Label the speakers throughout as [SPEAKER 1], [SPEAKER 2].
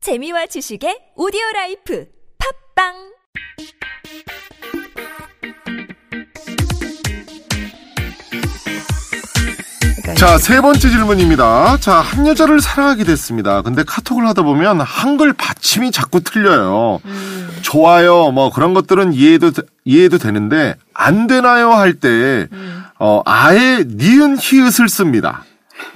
[SPEAKER 1] 재미와 지식의 오디오 라이프 팝빵
[SPEAKER 2] 자, 세 번째 질문입니다. 자, 한 여자를 사랑하게 됐습니다. 근데 카톡을 하다 보면 한글 받침이 자꾸 틀려요. 좋아요, 뭐 그런 것들은 이해도, 되- 이해도 되는데, 안 되나요? 할 때, 어, 아예 니은 히읗을 씁니다.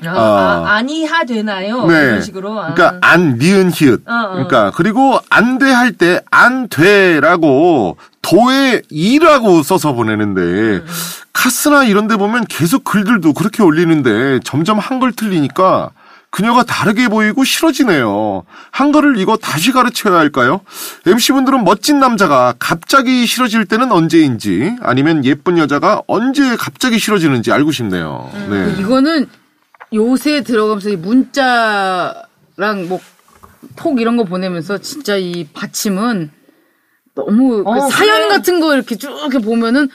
[SPEAKER 3] 아,
[SPEAKER 2] 아.
[SPEAKER 3] 아, 아니하 되나요? 이런 식으로. 아.
[SPEAKER 2] 네. 그러니까 안 니은 히읗.
[SPEAKER 3] 어, 어.
[SPEAKER 2] 그러니까 그리고 안 돼 할 때 안 돼라고 도에 이라고 써서 보내는데 카스나 이런 데 보면 계속 글들도 그렇게 올리는데 점점 한글 틀리니까 그녀가 다르게 보이고 싫어지네요. 한글을 이거 다시 가르쳐야 할까요? MC분들은 멋진 남자가 갑자기 싫어질 때는 언제인지 아니면 예쁜 여자가 언제 갑자기 싫어지는지 알고 싶네요.
[SPEAKER 3] 음, 그
[SPEAKER 2] 네.
[SPEAKER 4] 이거는 요새 들어가면서 이 문자랑 뭐 톡 이런 거 보내면서 진짜 이 받침은 너무 그
[SPEAKER 3] 어, 그래.
[SPEAKER 4] 사연 같은 거 이렇게 쭉 이렇게 보면은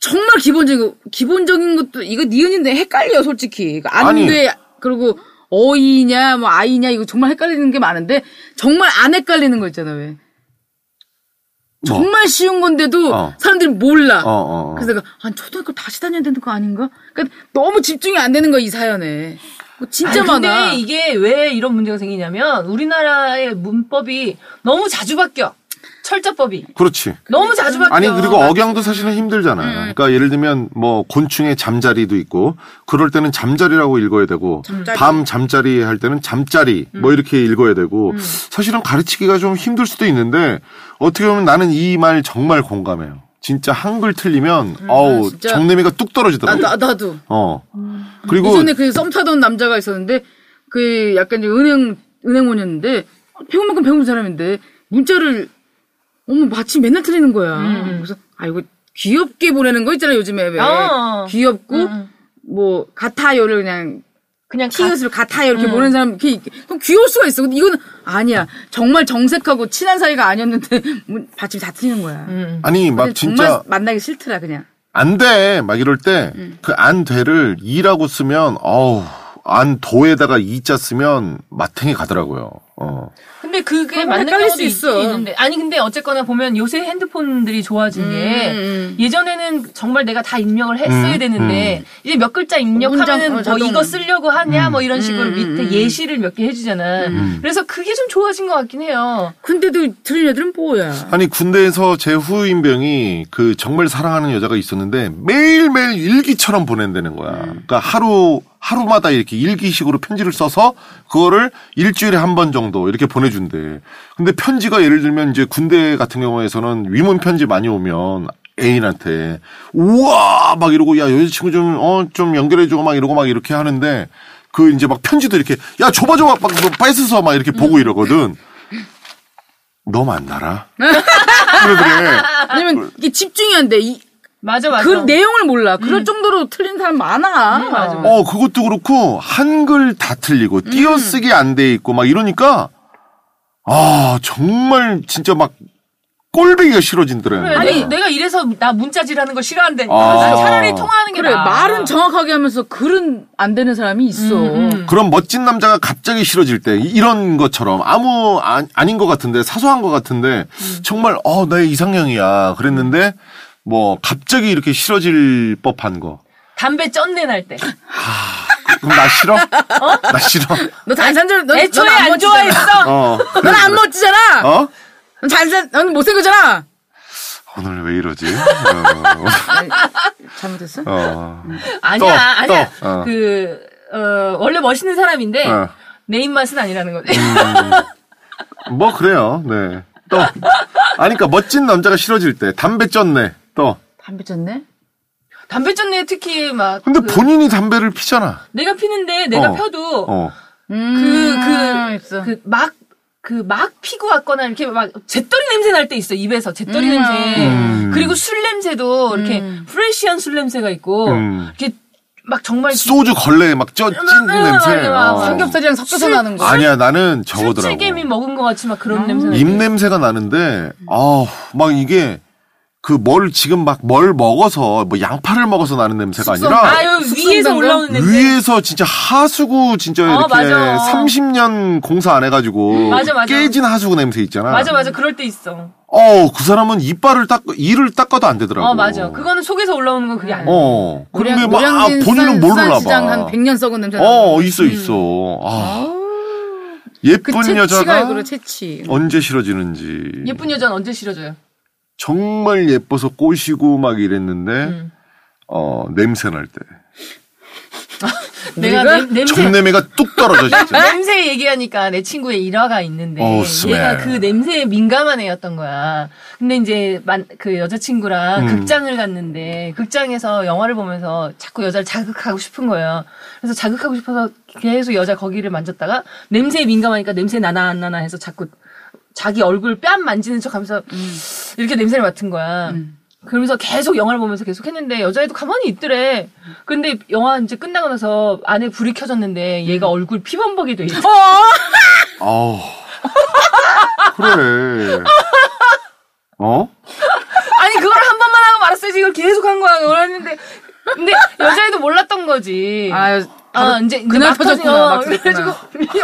[SPEAKER 4] 정말 기본적인 거- 기본적인 것도 이거 니은인데 헷갈려 솔직히
[SPEAKER 2] 아니.
[SPEAKER 4] 안돼 그리고 어이냐 뭐 아이냐 이거 정말 헷갈리는 게 많은데 정말 안 헷갈리는 거 있잖아 왜
[SPEAKER 2] 뭐.
[SPEAKER 4] 정말 쉬운 건데도
[SPEAKER 2] 어.
[SPEAKER 4] 사람들이 몰라
[SPEAKER 2] 어, 어, 어.
[SPEAKER 4] 그래서 내가 아 초등학교 다시 다녀야 되는 거 아닌가? 그러니까 너무 집중이 안 되는 거야 이 사연에. 뭐
[SPEAKER 3] 아니,
[SPEAKER 4] 진짜 많아.
[SPEAKER 3] 근데 이게 왜 이런 문제가 생기냐면 우리나라의 문법이 너무 자주 바뀌어. 철자법이.
[SPEAKER 2] 그렇지.
[SPEAKER 3] 너무 자주 바뀌어.
[SPEAKER 2] 아니
[SPEAKER 4] 그렇죠.
[SPEAKER 2] 그리고 억양도 사실은
[SPEAKER 4] 음.
[SPEAKER 2] 힘들잖아요. 그러니까 예를 들면 뭐 곤충의 잠자리도 있고 그럴 때는 잠자리라고 읽어야 되고 밤 잠자리 할 때는 잠자리
[SPEAKER 4] 음.
[SPEAKER 2] 뭐 이렇게 읽어야 되고 사실은 가르치기가 좀 힘들 수도 있는데 어떻게 보면 나는 이 말 정말 공감해요. 진짜 한글 틀리면 어우
[SPEAKER 4] 음. 아, 진짜.
[SPEAKER 2] 정내미가 뚝
[SPEAKER 4] 나,
[SPEAKER 2] 떨어지더라고.
[SPEAKER 4] 나 나도 아-
[SPEAKER 2] 어. 그리고
[SPEAKER 4] 이전에 그 썸 타던 남자가 있었는데 그 약간 이제 은행 은행원이었는데 배운 만큼 배운 사람인데 문자를 어머 마침 맨날 틀리는 거야. 그래서 아 이거 귀엽게 보내는 거 있잖아 요즘에 왜
[SPEAKER 3] 음, 어.
[SPEAKER 4] 귀엽고 뭐 같아요를 그냥
[SPEAKER 3] 그냥 가-
[SPEAKER 4] 키읔을 같아요 이렇게 보는 사람 이렇게 이렇게. 그럼 귀여울 수가 있어. 근데 이거는 아니야. 정말 정색하고 친한 사이가 아니었는데 문- 받침이 다 틀리는 거야.
[SPEAKER 2] 아니 막
[SPEAKER 4] 근데
[SPEAKER 2] 진짜
[SPEAKER 4] 정말 만나기 싫더라 그냥.
[SPEAKER 2] 안 돼! 막 이럴 때, 그 안 돼를 이라고 쓰면, 어우, 안 도에다가 이자 쓰면 마탱이 가더라고요. 어.
[SPEAKER 3] 근데 그게
[SPEAKER 4] 그럼
[SPEAKER 3] 맞는
[SPEAKER 4] 헷갈릴
[SPEAKER 3] 경우도
[SPEAKER 4] 수 있어.
[SPEAKER 3] 있- 있는데 아니 근데 어쨌거나 보면 요새 핸드폰들이 좋아진 게
[SPEAKER 4] 음,
[SPEAKER 3] 예전에는 정말 내가 다 입력을 했어야
[SPEAKER 2] 음,
[SPEAKER 3] 되는데 이제 몇 글자
[SPEAKER 4] 문장, 어,
[SPEAKER 3] 입력하면은 뭐
[SPEAKER 4] 자동.
[SPEAKER 3] 이거 쓰려고 하냐
[SPEAKER 2] 음.
[SPEAKER 3] 뭐 이런 식으로 밑에 예시를 몇 개 해주잖아. 그래서 그게 좀 좋아진 것 같긴 해요.
[SPEAKER 4] 근데도 들은 애들은 뭐야?
[SPEAKER 2] 아니, 군대에서 제 후임병이 그 정말 사랑하는 여자가 있었는데 매일매일 일기처럼 보낸다는 거야. 그러니까 하루, 하루마다 이렇게 일기식으로 편지를 써서 그거를 일주일에 한 번 정도 이렇게 보내준대. 근데 편지가 예를 들면 이제 군대 같은 경우에서는 위문 편지 많이 오면 애인한테 우와 막 이러고 야 여자친구 좀 어 좀 연결해주고 막 이러고 막 이렇게 하는데 그 이제 막 편지도 이렇게 야 줘봐 줘봐 막뭐 뺏어서 막 이렇게 보고 이러거든 너 만나라 그래 그래 아,
[SPEAKER 4] 왜냐면 이게 집중이 안 돼. 이,
[SPEAKER 3] 맞아 맞아.
[SPEAKER 4] 그 내용을 몰라. 그럴 정도로 틀린 사람 많아.
[SPEAKER 3] 맞아, 맞아.
[SPEAKER 2] 어 그것도 그렇고 한글 다 틀리고 띄어쓰기 안 돼 있고 막 이러니까 아 정말 진짜 막 꼴배기가 싫어진더래 네.
[SPEAKER 3] 그래, 내- 내가 이래서 나 문자질하는 거 싫어한대.
[SPEAKER 2] 아.
[SPEAKER 3] 난 차라리 통화하는 게
[SPEAKER 4] 그래
[SPEAKER 3] 나아.
[SPEAKER 4] 말은 정확하게 하면서 글은 안 되는 사람이 있어.
[SPEAKER 2] 그런 멋진 남자가 갑자기 싫어질 때 이- 이런 것처럼 아무 아, 닌것 같은데 사소한 것 같은데 정말 어 나의 이상형이야 그랬는데 뭐 갑자기 이렇게 싫어질 법한 거
[SPEAKER 3] 담배 쩐내 날 때.
[SPEAKER 2] 그럼 나 싫어 나 싫어
[SPEAKER 4] 너 단산절 너
[SPEAKER 3] 애초에 안 좋아했어.
[SPEAKER 2] 어 그래,
[SPEAKER 4] 넌안
[SPEAKER 2] 그래.
[SPEAKER 4] 멋지잖아.
[SPEAKER 2] 어
[SPEAKER 4] 넌 잔산 넌 못생겼잖아.
[SPEAKER 2] 오늘 왜 이러지 어,
[SPEAKER 4] 잘못했어?
[SPEAKER 2] 어.
[SPEAKER 3] 아니야
[SPEAKER 2] 또,
[SPEAKER 3] 아니야.
[SPEAKER 2] 또, 어.
[SPEAKER 3] 그 어, 원래 멋있는 사람인데
[SPEAKER 2] 어.
[SPEAKER 3] 내 입맛은 아니라는 거지.
[SPEAKER 2] 뭐 그래요 네 또 아니 그러니까 멋진 남자가 싫어질 때 담배 쪘네 또
[SPEAKER 4] 담배 쪘네?
[SPEAKER 3] 담배 쩐내 특히 막
[SPEAKER 2] 근데
[SPEAKER 3] 그
[SPEAKER 2] 본인이 담배를 피잖아
[SPEAKER 3] 내가 피는데 내가
[SPEAKER 2] 어.
[SPEAKER 3] 펴도
[SPEAKER 2] 어
[SPEAKER 4] 그,
[SPEAKER 2] 아,
[SPEAKER 4] 음, 있어.
[SPEAKER 3] 그 그 막 그 막 피고 왔거나 이렇게 막 잿더리 냄새 날 때 있어 입에서 잿더리
[SPEAKER 4] 음.
[SPEAKER 3] 냄새
[SPEAKER 2] 음.
[SPEAKER 3] 그리고 술 냄새도 이렇게 프레시한 술 냄새가 있고
[SPEAKER 2] 음.
[SPEAKER 3] 이렇게 막 정말
[SPEAKER 2] 소주 걸레에 막 쪄, 찐
[SPEAKER 3] 음,
[SPEAKER 2] 냄새.
[SPEAKER 3] 맞아.
[SPEAKER 2] 어.
[SPEAKER 4] 삼겹살이랑 섞여서 나는 거.
[SPEAKER 2] 아니야, 나는 저거더라고.
[SPEAKER 4] 음.
[SPEAKER 3] 술찌개미 먹은 것 같이 막 그런 냄새 나.
[SPEAKER 2] 입 냄새가 나는데, 아우, 막 이게, 그 뭘 지금 막 뭘 먹어서 뭐 양파를 먹어서 나는 냄새가 아니라
[SPEAKER 3] 아유
[SPEAKER 4] 숙성
[SPEAKER 3] 위에서
[SPEAKER 4] 당근?
[SPEAKER 3] 올라오는 냄새.
[SPEAKER 2] 위에서 진짜 하수구 진짜
[SPEAKER 3] 어,
[SPEAKER 2] 이렇게
[SPEAKER 3] 맞아.
[SPEAKER 2] 30년 공사 안 해가지고
[SPEAKER 3] 맞아, 맞아.
[SPEAKER 2] 깨진 하수구 냄새 있잖아.
[SPEAKER 3] 맞아 맞아 그럴 때 있어.
[SPEAKER 2] 어, 그 사람은 이빨을 닦, 이를 닦아도 안 되더라고.
[SPEAKER 3] 어 맞아. 그거는 속에서 올라오는 건 그게 아니야.
[SPEAKER 2] 어. 근데 막
[SPEAKER 4] 노량-
[SPEAKER 2] 아,
[SPEAKER 4] 노량진
[SPEAKER 2] 본인은
[SPEAKER 4] 쌀-
[SPEAKER 2] 모르나
[SPEAKER 4] 쌀시장 한
[SPEAKER 2] 봐.
[SPEAKER 4] 100년 썩은 냄새.
[SPEAKER 2] 어, 있어, 있어. 아.
[SPEAKER 4] 그
[SPEAKER 2] 예쁜
[SPEAKER 4] 채취가
[SPEAKER 2] 여자가
[SPEAKER 4] 그래 채취.
[SPEAKER 2] 언제 싫어지는지.
[SPEAKER 3] 예쁜 여자는 언제 싫어져요?
[SPEAKER 2] 정말 예뻐서 꼬시고 막 이랬는데,
[SPEAKER 3] 음.
[SPEAKER 2] 어, 냄새 날 때.
[SPEAKER 3] 내가
[SPEAKER 4] 우리가
[SPEAKER 3] 냄- 냄새
[SPEAKER 2] 정냄새가 뚝 떨어져, 진짜.
[SPEAKER 3] 냄새 얘기하니까 내 친구의 일화가 있는데
[SPEAKER 2] 어우, 스멜.
[SPEAKER 3] 얘가 그 냄새에 민감한 애였던 거야. 근데 이제 만, 그 여자친구랑
[SPEAKER 2] 음.
[SPEAKER 3] 극장을 갔는데 극장에서 영화를 보면서 자꾸 여자를 자극하고 싶은 거예요. 그래서 자극하고 싶어서 계속 여자 거기를 만졌다가 냄새에 민감하니까 냄새 나나 안 나나 해서 자꾸 자기 얼굴 뺨 만지는 척 하면서 이렇게 냄새를 맡은 거야. 그러면서 계속 영화를 보면서 계속 했는데 여자애도 가만히 있더래. 근데 영화 이제 끝나고 나서 안에 불이 켜졌는데 얘가 얼굴 피범벅이 돼 있어.
[SPEAKER 2] 아우. 그래. 어?
[SPEAKER 3] 아니 그걸 한 번만 하고 말았어야지 이걸 계속 한 거야. 그걸 했는데 근데 여자애도 몰랐던 거지.
[SPEAKER 4] 아,
[SPEAKER 3] 아, 이제, 이제
[SPEAKER 4] 그날
[SPEAKER 3] 막 터진-
[SPEAKER 4] 터졌구나,
[SPEAKER 3] 어,
[SPEAKER 4] 막
[SPEAKER 3] 그래가지고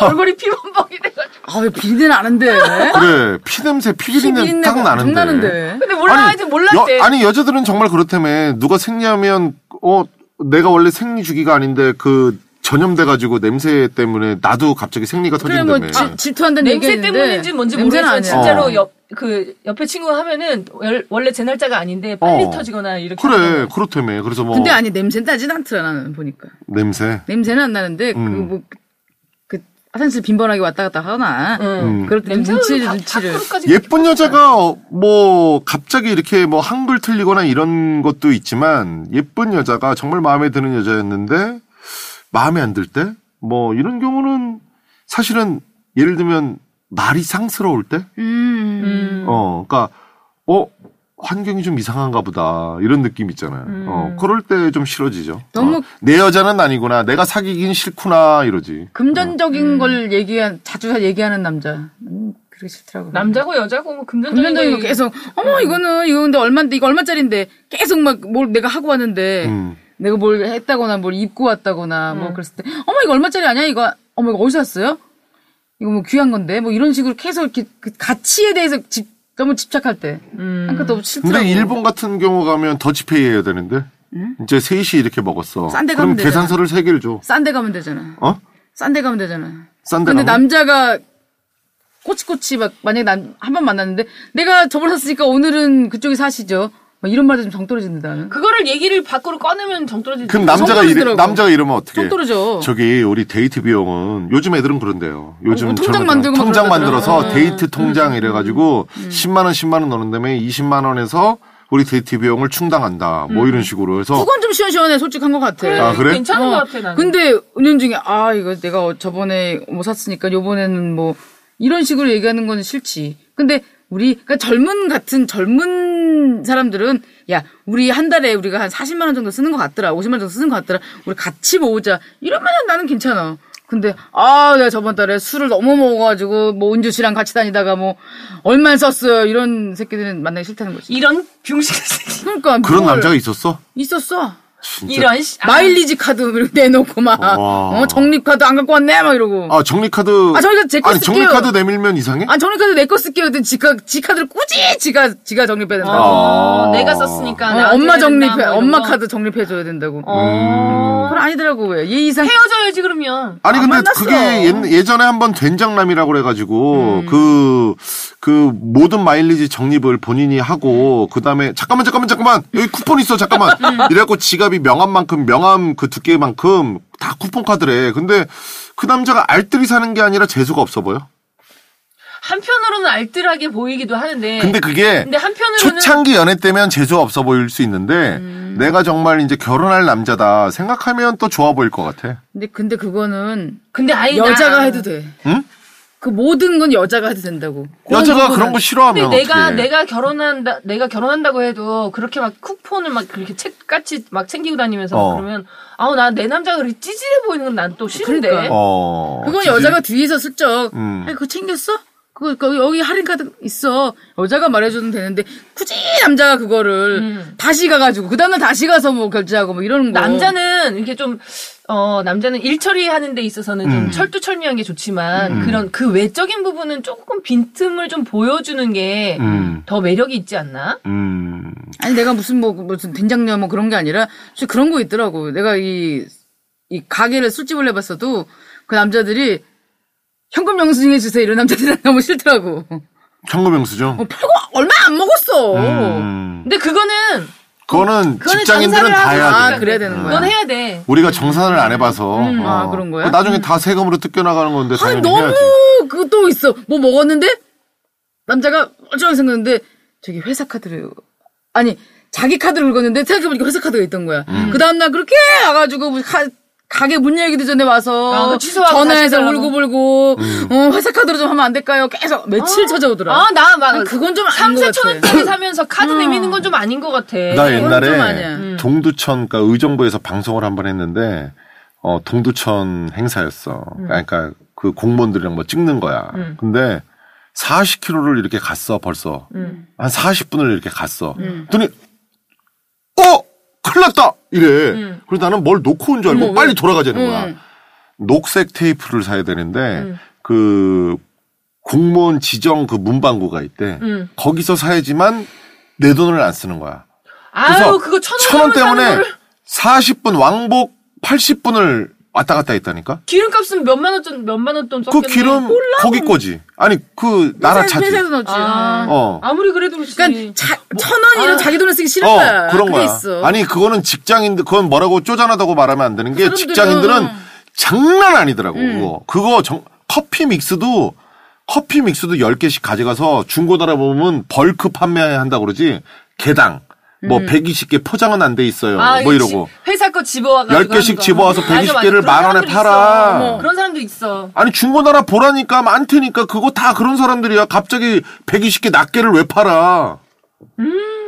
[SPEAKER 3] 얼굴이 피범벅이 돼가지고.
[SPEAKER 4] 아 왜 비리는 아는데?
[SPEAKER 2] 그래. 피냄새, 피비린내 딱 나는데.
[SPEAKER 4] 나는데.
[SPEAKER 3] 근데 몰라 하여튼 몰랐대.
[SPEAKER 2] 여, 아니 여자들은 정말 그렇다며 누가 생리하면 어 내가 원래 생리 주기가 아닌데 그 전염돼 가지고 냄새 때문에 나도 갑자기 생리가
[SPEAKER 4] 그래 뭐
[SPEAKER 2] 터진다며.
[SPEAKER 4] 질- 질투한다는 얘기
[SPEAKER 3] 냄새 때문인지 뭔지
[SPEAKER 4] 냄새는
[SPEAKER 3] 모르겠어요.
[SPEAKER 4] 아니야.
[SPEAKER 3] 진짜로
[SPEAKER 2] 어.
[SPEAKER 3] 옆, 그 옆에 친구가 하면은 월- 원래 제 날짜가 아닌데 빨리
[SPEAKER 2] 어.
[SPEAKER 3] 터지거나 이렇게.
[SPEAKER 2] 그래 그렇다며. 그래서 뭐
[SPEAKER 4] 근데 아니 냄새는 나진 않더라 나는 보니까.
[SPEAKER 2] 냄새.
[SPEAKER 4] 냄새는 안 나는데 그
[SPEAKER 2] 음.
[SPEAKER 4] 뭐 그 화장실 빈번하게 왔다 갔다 하나.
[SPEAKER 3] 음.
[SPEAKER 4] 그럴 때
[SPEAKER 3] 냄새가
[SPEAKER 4] 눈치를
[SPEAKER 3] 다-
[SPEAKER 4] 눈치를.
[SPEAKER 3] 밖으로까지 음.
[SPEAKER 2] 예쁜 여자가 어, 뭐 갑자기 이렇게 뭐 한글 틀리거나 이런 것도 있지만 예쁜 여자가 정말 마음에 드는 여자였는데 마음에 안 들 때 뭐 이런 경우는 사실은 예를 들면 말이 상스러울 때
[SPEAKER 4] 음.
[SPEAKER 3] 음.
[SPEAKER 2] 어, 그러니까 어 환경이 좀 이상한가 보다 이런 느낌 있잖아요. 어, 그럴 때 좀 싫어지죠.
[SPEAKER 4] 음. 너무-
[SPEAKER 2] 어, 내 여자는 아니구나, 내가 사귀긴 싫구나 이러지.
[SPEAKER 4] 금전적인 걸 얘기한 자주 얘기하는 남자. 음, 그게 싫더라고.
[SPEAKER 3] 남자고 여자고 뭐 금전적인
[SPEAKER 4] 금전적인 거
[SPEAKER 3] 게-
[SPEAKER 4] 계속 어머 이거는 이거 근데 얼마인데 이거 얼마짜리인데 계속 막 뭘 내가 하고 왔는데
[SPEAKER 2] 음.
[SPEAKER 4] 내가 뭘 했다거나 뭘 입고 왔다거나 뭐 그랬을 때 어머 이거 얼마짜리 아니야 이거 어머 이거 어디서 샀어요? 이거 뭐 귀한 건데 뭐 이런 식으로 계속 이렇게 그 가치에 대해서 집, 너무 집착할 때
[SPEAKER 3] 음.
[SPEAKER 4] 그러니까 너무 싫더라고.
[SPEAKER 2] 근데 일본 같은 경우 가면 더치페이 해야 되는데 이제 셋이 이렇게 먹었어.
[SPEAKER 4] 싼데
[SPEAKER 2] 그럼
[SPEAKER 4] 가면 되잖아.
[SPEAKER 2] 계산서를 세 개를 줘.
[SPEAKER 4] 싼 데 가면 되잖아.
[SPEAKER 2] 어?
[SPEAKER 4] 싼 데 가면 되잖아.
[SPEAKER 2] 싼데
[SPEAKER 4] 근데
[SPEAKER 2] 가면?
[SPEAKER 4] 남자가 꼬치꼬치 막 만약에 난 한 번 만났는데 내가 저번에 샀으니까 오늘은 그쪽이 사시죠. 막 이런 말도 좀 정 떨어진다 나는.
[SPEAKER 3] 그거를 얘기를 밖으로 꺼내면 정 떨어지지.
[SPEAKER 2] 그럼 남자가
[SPEAKER 4] 성
[SPEAKER 2] 이래,
[SPEAKER 4] 떨어지더라고.
[SPEAKER 2] 남자가 이러면 어떻게?
[SPEAKER 4] 정 떨어져.
[SPEAKER 2] 저기 우리 데이트 비용은 요즘 애들은 그런데요. 요즘
[SPEAKER 4] 어,
[SPEAKER 2] 젊은 사람
[SPEAKER 4] 통장 만들고 막 네. 음.
[SPEAKER 2] 통장
[SPEAKER 4] 그러더라.
[SPEAKER 2] 만들어서 데이트 통장 이래가지고 10만 원 10만 원 넣는 다음에 20만 원에서 우리 데이트 비용을 충당한다. 뭐 이런 식으로 해서
[SPEAKER 4] 음. 그건 좀 시원시원해 솔직한 것 같아.
[SPEAKER 3] 그래,
[SPEAKER 2] 아, 그래?
[SPEAKER 3] 괜찮은
[SPEAKER 4] 어,
[SPEAKER 3] 것 같아 나는.
[SPEAKER 4] 근데 은연중에 아 이거 내가 어- 저번에 뭐 샀으니까 요번에는 뭐 이런 식으로 얘기하는 건 싫지. 근데 우리 그러니까 젊은 같은 젊은 사람들은 야 우리 한 달에 우리가 한 40만 원 정도 쓰는 것 같더라. 50만 원 정도 쓰는 것 같더라. 우리 같이 모으자. 이러면 나는 괜찮아. 근데 아 내가 저번 달에 술을 너무 먹어가지고 뭐 은주 씨랑 같이 다니다가 뭐 얼마 썼어요 이런 새끼들은 만나기 싫다는 거지.
[SPEAKER 3] 이런 병신 새끼.
[SPEAKER 4] 그러니까
[SPEAKER 2] 그런
[SPEAKER 4] 뭘-
[SPEAKER 2] 남자가 있었어?
[SPEAKER 4] 있었어.
[SPEAKER 2] 진짜.
[SPEAKER 3] 이런 씨. 아,
[SPEAKER 4] 마일리지 카드 이렇게 내놓고 막,
[SPEAKER 2] 와.
[SPEAKER 4] 어, 적립 카드 안 갖고 왔네? 막 이러고.
[SPEAKER 2] 아 정리카드
[SPEAKER 4] 아, 저희가 제거
[SPEAKER 2] 아니
[SPEAKER 4] 쓸게요.
[SPEAKER 2] 정리카드 내밀면 이상해?
[SPEAKER 4] 아, 적립 카드 내 거 쓸게요. 근데 지가, 지 카드를 굳이 지가, 지가 적립해야 된다. 고
[SPEAKER 3] 어,
[SPEAKER 2] 아.
[SPEAKER 3] 내가 썼으니까
[SPEAKER 4] 어,
[SPEAKER 3] 나한테 해야
[SPEAKER 4] 엄마
[SPEAKER 3] 된다,
[SPEAKER 4] 적립해,
[SPEAKER 3] 뭐 이런
[SPEAKER 4] 엄마
[SPEAKER 3] 거.
[SPEAKER 4] 카드 적립해줘야 된다고.
[SPEAKER 3] 어.
[SPEAKER 2] 음.
[SPEAKER 4] 그건 아니더라고, 왜. 예의상.
[SPEAKER 3] 헤어져야지 그러면.
[SPEAKER 2] 아니 근데
[SPEAKER 4] 안 만났어.
[SPEAKER 2] 그게 옛- 예전에 한번 된장남이라고 그래가지고
[SPEAKER 3] 음.
[SPEAKER 2] 그, 그 모든 마일리지 적립을 본인이 하고 그 다음에 잠깐만 잠깐만 잠깐만 여기 쿠폰 있어 잠깐만
[SPEAKER 3] 음.
[SPEAKER 2] 이래갖고 지갑이 명함만큼 명함 그 두께만큼 다 쿠폰 카드래 근데 그 남자가 알뜰히 사는 게 아니라 재수가 없어 보여
[SPEAKER 3] 한편으로는 알뜰하게 보이기도 하는데.
[SPEAKER 2] 근데 그게
[SPEAKER 3] 예. 근데 한편으로는 음.
[SPEAKER 2] 초창기 연애 때면 재수 없어 보일 수 있는데 내가 정말 이제 결혼할 남자다 생각하면 또 좋아 보일 것 같아
[SPEAKER 4] 근데, 근데 그거는
[SPEAKER 3] 근데 아니
[SPEAKER 4] 여자가
[SPEAKER 3] 나-
[SPEAKER 4] 해도 돼.
[SPEAKER 2] 응?
[SPEAKER 4] 그 모든 건 여자가 해도 된다고. 그런
[SPEAKER 2] 여자가
[SPEAKER 4] 부분은.
[SPEAKER 2] 그런 거
[SPEAKER 3] 근데
[SPEAKER 2] 싫어하면
[SPEAKER 3] 내가
[SPEAKER 2] 어떡해.
[SPEAKER 3] 내가 결혼한다 내가 결혼한다고 해도 그렇게 막 쿠폰을 막 그렇게 책 같이 막 챙기고 다니면서
[SPEAKER 2] 어.
[SPEAKER 3] 그러면 아우 나 내 남자가 그렇게 찌질해 보이는 건 난 또 싫은데.
[SPEAKER 4] 그러니까.
[SPEAKER 2] 어
[SPEAKER 4] 그건
[SPEAKER 2] 진짜.
[SPEAKER 4] 여자가 뒤에서 슬쩍,
[SPEAKER 2] 음.
[SPEAKER 4] 아, 그거 챙겼어? 그거 거기 여기 할인 카드 있어 여자가 말해주면 되는데 굳이 남자가 그거를 다시 가가지고 그 다음날 다시 가서 뭐 결제하고 뭐 이러는
[SPEAKER 2] 네.
[SPEAKER 4] 거
[SPEAKER 3] 음. 남자는 이렇게 좀, 어, 남자는 일 처리하는 데 있어서는
[SPEAKER 2] 음.
[SPEAKER 3] 좀 철두철미한 게 좋지만, 그런 그 외적인 부분은 조금 빈틈을 좀 보여주는 게 더
[SPEAKER 2] 음.
[SPEAKER 3] 매력이 있지 않나?
[SPEAKER 2] 음.
[SPEAKER 4] 아니 내가 무슨 뭐 무슨 된장녀 뭐 그런 게 아니라 진짜 그런 거 있더라고 내가 이 이 가게를 술집을 해봤어도 그 남자들이 현금 영수증 해주세요 이런 남자들이 너무 싫더라고
[SPEAKER 2] 청구명수죠.
[SPEAKER 4] 어, 팔고 얼마 안 먹었어 뭐.
[SPEAKER 2] 음.
[SPEAKER 3] 근데 그거는,
[SPEAKER 2] 그거는
[SPEAKER 3] 그거는
[SPEAKER 2] 직장인들은
[SPEAKER 3] 장사를
[SPEAKER 2] 다
[SPEAKER 3] 하고
[SPEAKER 2] 해야 돼. 음.
[SPEAKER 4] 아 그래야 되는 거야
[SPEAKER 3] 그건 해야 돼.
[SPEAKER 2] 우리가 정산을 안 해봐서. 어.
[SPEAKER 4] 아, 그런 거야?
[SPEAKER 2] 나중에 다 세금으로 뜯겨나가는 건데 당연히
[SPEAKER 4] 아니 너무
[SPEAKER 2] 해야지.
[SPEAKER 4] 그 또 있어 뭐 먹었는데 남자가 어쩌고 생각했는데 저기 회사 카드를 아니 자기 카드를 긁었는데 생각해보니까 회사 카드가 있던 거야 그 다음날 그렇게 와가지고 뭐 가, 가게 문 열기도 전에
[SPEAKER 3] 아,
[SPEAKER 4] 와서
[SPEAKER 3] 그거 취소하고
[SPEAKER 4] 전화해서
[SPEAKER 3] 다시 달라고.
[SPEAKER 4] 울고불고
[SPEAKER 2] 음.
[SPEAKER 4] 어, 회사 카드로 좀 하면 안 될까요 계속 며칠 찾아오더라
[SPEAKER 3] 아, 나 막,
[SPEAKER 4] 아니, 그건 좀
[SPEAKER 3] 삼
[SPEAKER 4] 아닌 음. 것
[SPEAKER 3] 3, 4천
[SPEAKER 4] 같아.
[SPEAKER 3] 원짜리 사면서 카드 내미는 건 좀 아닌 것 같아.
[SPEAKER 2] 나
[SPEAKER 4] 네. 좀 아니야. 음.
[SPEAKER 2] 옛날에 음. 동두천, 그러니까 의정부에서 방송을 한 번 했는데, 어, 동두천 행사였어.
[SPEAKER 4] 음.
[SPEAKER 2] 그러니까 그 공무원들이랑 뭐 찍는 거야. 근데 40km를 이렇게 갔어, 벌써.
[SPEAKER 4] 음.
[SPEAKER 2] 한 40분을 이렇게 갔어. 그랬더니, 어! 큰일 났다! 이래.
[SPEAKER 4] 음.
[SPEAKER 2] 그래서 나는 뭘 놓고 온 줄 알고 빨리 돌아가자는 거야. 녹색 테이프를 사야 되는데,
[SPEAKER 4] 음.
[SPEAKER 2] 그, 공무원 지정 그 문방구가 있대.
[SPEAKER 4] 음.
[SPEAKER 2] 거기서 사야지만 내 돈을 안 쓰는 거야.
[SPEAKER 3] 아유, 그거 천
[SPEAKER 2] 천원
[SPEAKER 3] 원,
[SPEAKER 2] 때문에 40분 왕복 80분을 왔다 갔다 했다니까.
[SPEAKER 3] 기름값은 몇만 원, 좀- 몇만 원돈
[SPEAKER 2] 그
[SPEAKER 3] 썼겠네.
[SPEAKER 2] 기름 거기 거지. 아니 그 나라 차지.
[SPEAKER 4] 회사에서 넣지
[SPEAKER 3] 아,
[SPEAKER 2] 어.
[SPEAKER 3] 아무리 그래도 그렇지.
[SPEAKER 4] 그러니까 자- 천 원이라도
[SPEAKER 3] 아.
[SPEAKER 4] 자기 돈을 쓰기 싫은
[SPEAKER 2] 어
[SPEAKER 4] 거야
[SPEAKER 2] 그런
[SPEAKER 4] 그게
[SPEAKER 2] 거야.
[SPEAKER 4] 있어
[SPEAKER 2] 아니 그거는 직장인들 그건 뭐라고 쪼잔하다고 말하면 안 되는 게
[SPEAKER 4] 사람들은-
[SPEAKER 2] 직장인들은 장난 아니더라고 그거. 그거 정- 커피 믹스도 커피 믹스도 10개씩 가져가서 중고나라 보면 벌크 판매한다고 그러지. 개당 뭐 120개 포장은 안 돼 있어요.
[SPEAKER 3] 음. 아,
[SPEAKER 2] 뭐
[SPEAKER 3] 이거 지-
[SPEAKER 2] 이러고.
[SPEAKER 3] 회사 거 집어와가지고.
[SPEAKER 2] 열 개씩
[SPEAKER 3] 하는 거.
[SPEAKER 2] 집어와서
[SPEAKER 3] 맞아,
[SPEAKER 2] 120
[SPEAKER 3] 맞아.
[SPEAKER 2] 개를
[SPEAKER 3] 그런
[SPEAKER 2] 만 원에
[SPEAKER 3] 사람들
[SPEAKER 2] 팔아. 뭐.
[SPEAKER 3] 있어.
[SPEAKER 2] 어머.
[SPEAKER 3] 그런 사람도 있어.
[SPEAKER 2] 아니 중고나라 보라니까 많테니까 그거 다 그런 사람들이야. 갑자기 120개 낱개를 왜 팔아?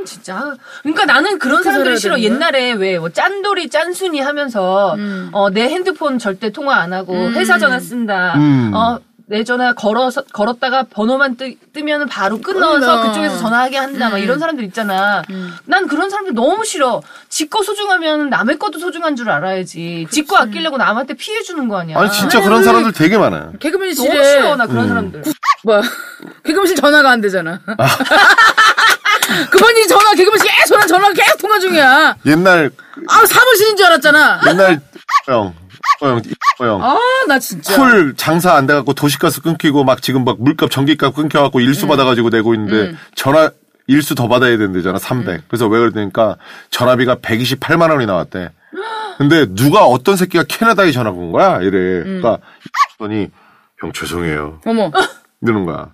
[SPEAKER 3] 진짜. 그러니까 나는 그런 사람들이
[SPEAKER 4] 살아야
[SPEAKER 3] 싫어.
[SPEAKER 4] 되는 거야?
[SPEAKER 3] 옛날에 왜 뭐 짠돌이 짠순이 하면서 어 내 핸드폰 절대 통화 안 하고 회사 전화 쓴다.
[SPEAKER 2] 음.
[SPEAKER 3] 어 내 전화 걸어서 걸었다가 번호만 뜨, 뜨면 바로 끊어서 음.
[SPEAKER 4] 끊어.
[SPEAKER 3] 그쪽에서 전화하게 한다. 막 이런 사람들 있잖아. 난 그런 사람들 너무 싫어. 지 거 소중하면 남의 것도 소중한 줄 알아야지. 지 거 아끼려고 남한테 피해 주는 거 아니야.
[SPEAKER 2] 아니 진짜 음. 그런 사람들 되게 많아요.
[SPEAKER 4] 개그맨실에
[SPEAKER 3] 너무 싫어 나 그런 사람들.
[SPEAKER 4] 뭐 개그맨실 전화가 안 되잖아. 그분이 전화 개그맨실 계속 전화 전화 계속 통화 중이야.
[SPEAKER 2] 옛날
[SPEAKER 4] 아 사무실인 줄 알았잖아.
[SPEAKER 2] 옛날 형, 형, 형.
[SPEAKER 4] 아 나 진짜.
[SPEAKER 2] 쿨 장사 안 돼갖고 도시가스 끊기고 막 지금 막 물값 전기값 끊겨갖고 일수 받아가지고 내고 있는데 전화 일수 더 받아야 된대잖아 300. 그래서 왜 그러니까 전화비가 128만 원이 나왔대. 근데 누가 어떤 새끼가 캐나다에 전화 온 거야 이래. 그러니까 했더니 형 죄송해요.
[SPEAKER 4] 어머.
[SPEAKER 2] 느는 거야.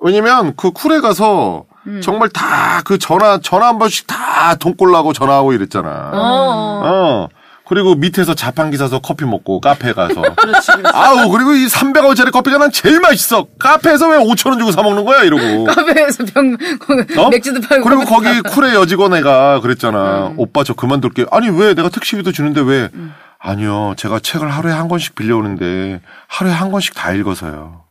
[SPEAKER 2] 왜냐면 그 쿨에 가서
[SPEAKER 4] 음.
[SPEAKER 2] 정말 다 그 전화 전화 한 번씩 다 돈꼴라고 전화하고 이랬잖아.
[SPEAKER 3] 어.
[SPEAKER 2] 어. 그리고 밑에서 자판기 사서 커피 먹고 카페 가서. 아우 그리고 이 300원짜리 커피가 난 제일 맛있어. 카페에서 왜 5천 원 주고 사 먹는 거야 이러고.
[SPEAKER 4] 카페에서 병
[SPEAKER 2] 어?
[SPEAKER 4] 맥주도 팔고. 음.
[SPEAKER 2] 그리고 거기 쿨의 여직원 애가 그랬잖아. 오빠 저 그만둘게. 아니 왜 내가 택시비도 주는데 왜? 아니요 제가 책을 하루에 한 권씩 빌려오는데 하루에 한 권씩 다 읽어서요.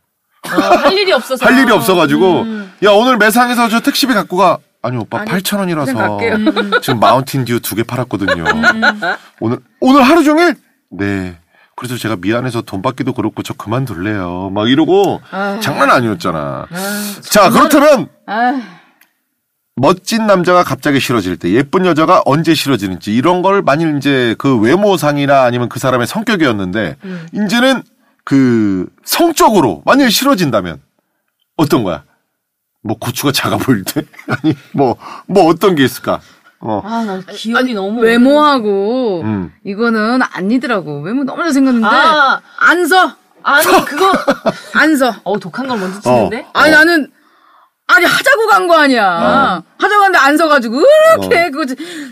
[SPEAKER 3] 어, 할 일이 없어서.
[SPEAKER 2] 할 일이 없어가지고 야 오늘 매상에서 저 택시비 갖고 가 아니 오빠
[SPEAKER 4] 음. 아니,
[SPEAKER 2] 8천
[SPEAKER 4] 그냥
[SPEAKER 2] 원이라서
[SPEAKER 4] 갈게요. 음.
[SPEAKER 2] 지금 마운틴 듀 두 개 팔았거든요 오늘 오늘 하루 종일 네 그래서 제가 미안해서 돈 받기도 그렇고 저 그만둘래요 막 이러고 장난 아니었잖아 자 그렇다면
[SPEAKER 4] 아
[SPEAKER 2] 멋진 남자가 갑자기 싫어질 때 예쁜 여자가 언제 싫어지는지 이런 걸 만일 이제 그 외모상이나 아니면 그 사람의 성격이었는데
[SPEAKER 4] 음.
[SPEAKER 2] 이제는 그 성적으로 만일 싫어진다면 어떤 거야? 뭐 고추가 작아 보일 때 아니 뭐 뭐 어떤 게 있을까? 어.
[SPEAKER 3] 아, 나 기억이 너무
[SPEAKER 4] 외모하고
[SPEAKER 2] 음.
[SPEAKER 4] 이거는 아니더라고. 외모 너무 잘생겼는데
[SPEAKER 3] 아.
[SPEAKER 4] 안 서.
[SPEAKER 3] 아니 그거
[SPEAKER 4] 안 서.
[SPEAKER 3] 어 독한 걸 먼저 치는데
[SPEAKER 4] 아니
[SPEAKER 2] 어.
[SPEAKER 4] 나는 아니 하자고 간 거 아니야. 하자고 갔는데 안 서가지고 이렇게
[SPEAKER 2] 어.
[SPEAKER 4] 그거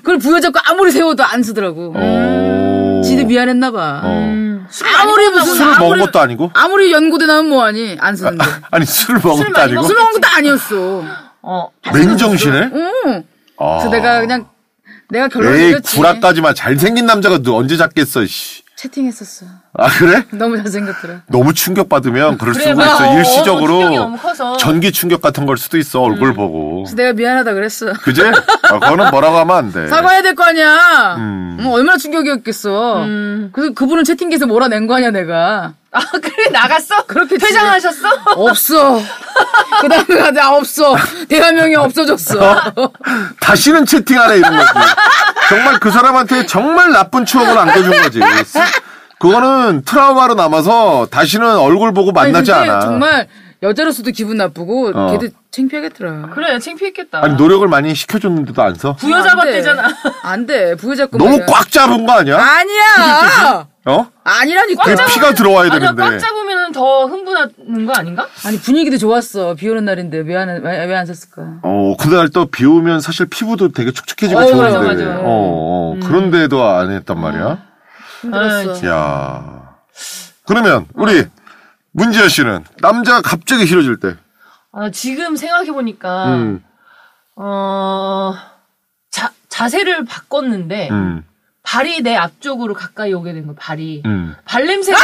[SPEAKER 4] 그걸 부여잡고 아무리 세워도 안 서더라고.
[SPEAKER 2] 오.
[SPEAKER 4] 지들 미안했나 봐.
[SPEAKER 2] 어.
[SPEAKER 4] 아무리 무슨
[SPEAKER 2] 술을 먹은 것도 아니고
[SPEAKER 4] 아무리 연고대 나면 뭐하니 안 쓰는데
[SPEAKER 2] 아니 술을 먹은
[SPEAKER 3] 술
[SPEAKER 2] 것도
[SPEAKER 3] 많이
[SPEAKER 2] 아니고
[SPEAKER 4] 술 먹은 것도 아니었어.
[SPEAKER 3] 어
[SPEAKER 2] 맨정신에
[SPEAKER 4] 응.
[SPEAKER 2] 아.
[SPEAKER 4] 그래서 내가 그냥 내가 결론을
[SPEAKER 2] 에이
[SPEAKER 4] 내렸지.
[SPEAKER 2] 구라까지만 잘생긴 남자가 누- 언제 잡겠어 씨.
[SPEAKER 4] 채팅했었어.
[SPEAKER 2] 아 그래?
[SPEAKER 4] 너무 잘생겼더라.
[SPEAKER 2] 너무 충격받으면 그럴 수도
[SPEAKER 3] 그래,
[SPEAKER 2] 있어.
[SPEAKER 3] 맞아. 어, 충격이
[SPEAKER 2] 일시적으로
[SPEAKER 3] 너무 커서.
[SPEAKER 2] 전기 충격 같은 걸 수도 있어. 얼굴 보고.
[SPEAKER 4] 그래서 내가 미안하다 그랬어.
[SPEAKER 2] 그제? 아, 그거는 뭐라고 하면 안 돼.
[SPEAKER 4] 사과해야 될 거 아니야. 음, 얼마나 충격이었겠어. 그래서 그분은 채팅기에서 몰아낸 거 아니야 내가.
[SPEAKER 3] 아 그래 나갔어?
[SPEAKER 4] 그렇겠지.
[SPEAKER 3] 퇴장하셨어?
[SPEAKER 4] 없어. 그 다음에 가자 아, 없어. 대화명이 없어졌어.
[SPEAKER 2] 다시는 채팅 안 해 이런 거지. 정말 그 사람한테 정말 나쁜 추억을 안겨준 거지. 스- 그거는 트라우마로 남아서 다시는 얼굴 보고
[SPEAKER 4] 아니,
[SPEAKER 2] 만나지
[SPEAKER 4] 근데
[SPEAKER 2] 않아.
[SPEAKER 4] 정말 여자로서도 기분 나쁘고
[SPEAKER 2] 어.
[SPEAKER 4] 걔도 창피하겠더라.
[SPEAKER 3] 그래 창피했겠다.
[SPEAKER 2] 아니 노력을 많이 시켜줬는데도 안 써?
[SPEAKER 4] 음.
[SPEAKER 3] 부여잡았대잖아.
[SPEAKER 4] 안돼 부여잡고
[SPEAKER 2] 너무
[SPEAKER 4] 말이야.
[SPEAKER 2] 꽉 잡은 거 아니야?
[SPEAKER 4] 음. 아니야.
[SPEAKER 2] 어?
[SPEAKER 4] 아니라니까.
[SPEAKER 2] 그 피가 들어와야
[SPEAKER 3] 아니야 꽉
[SPEAKER 2] 되는데.
[SPEAKER 3] 잡으면 더 흥분하는 거 아닌가?
[SPEAKER 4] 아니 분위기도 좋았어. 비 오는 날인데 왜안왜안 샀을까?
[SPEAKER 2] 어, 그날 또 비 오면 사실 피부도 되게 촉촉해지고
[SPEAKER 4] 어, 맞아, 음.
[SPEAKER 2] 좋은데.
[SPEAKER 3] 맞아.
[SPEAKER 2] 어, 어. 그런데도 안 했단 말이야.
[SPEAKER 4] 힘들었어.
[SPEAKER 3] 아, 진짜.
[SPEAKER 2] 야. 그러면 우리 문지아 씨는 남자가 갑자기 싫어질 때.
[SPEAKER 3] 아 지금 생각해 보니까
[SPEAKER 2] 음.
[SPEAKER 3] 어 자, 자세를 바꿨는데
[SPEAKER 2] 음.
[SPEAKER 3] 발이 내 앞쪽으로 가까이 오게 된 거야 발이
[SPEAKER 2] 음.
[SPEAKER 3] 발 냄새가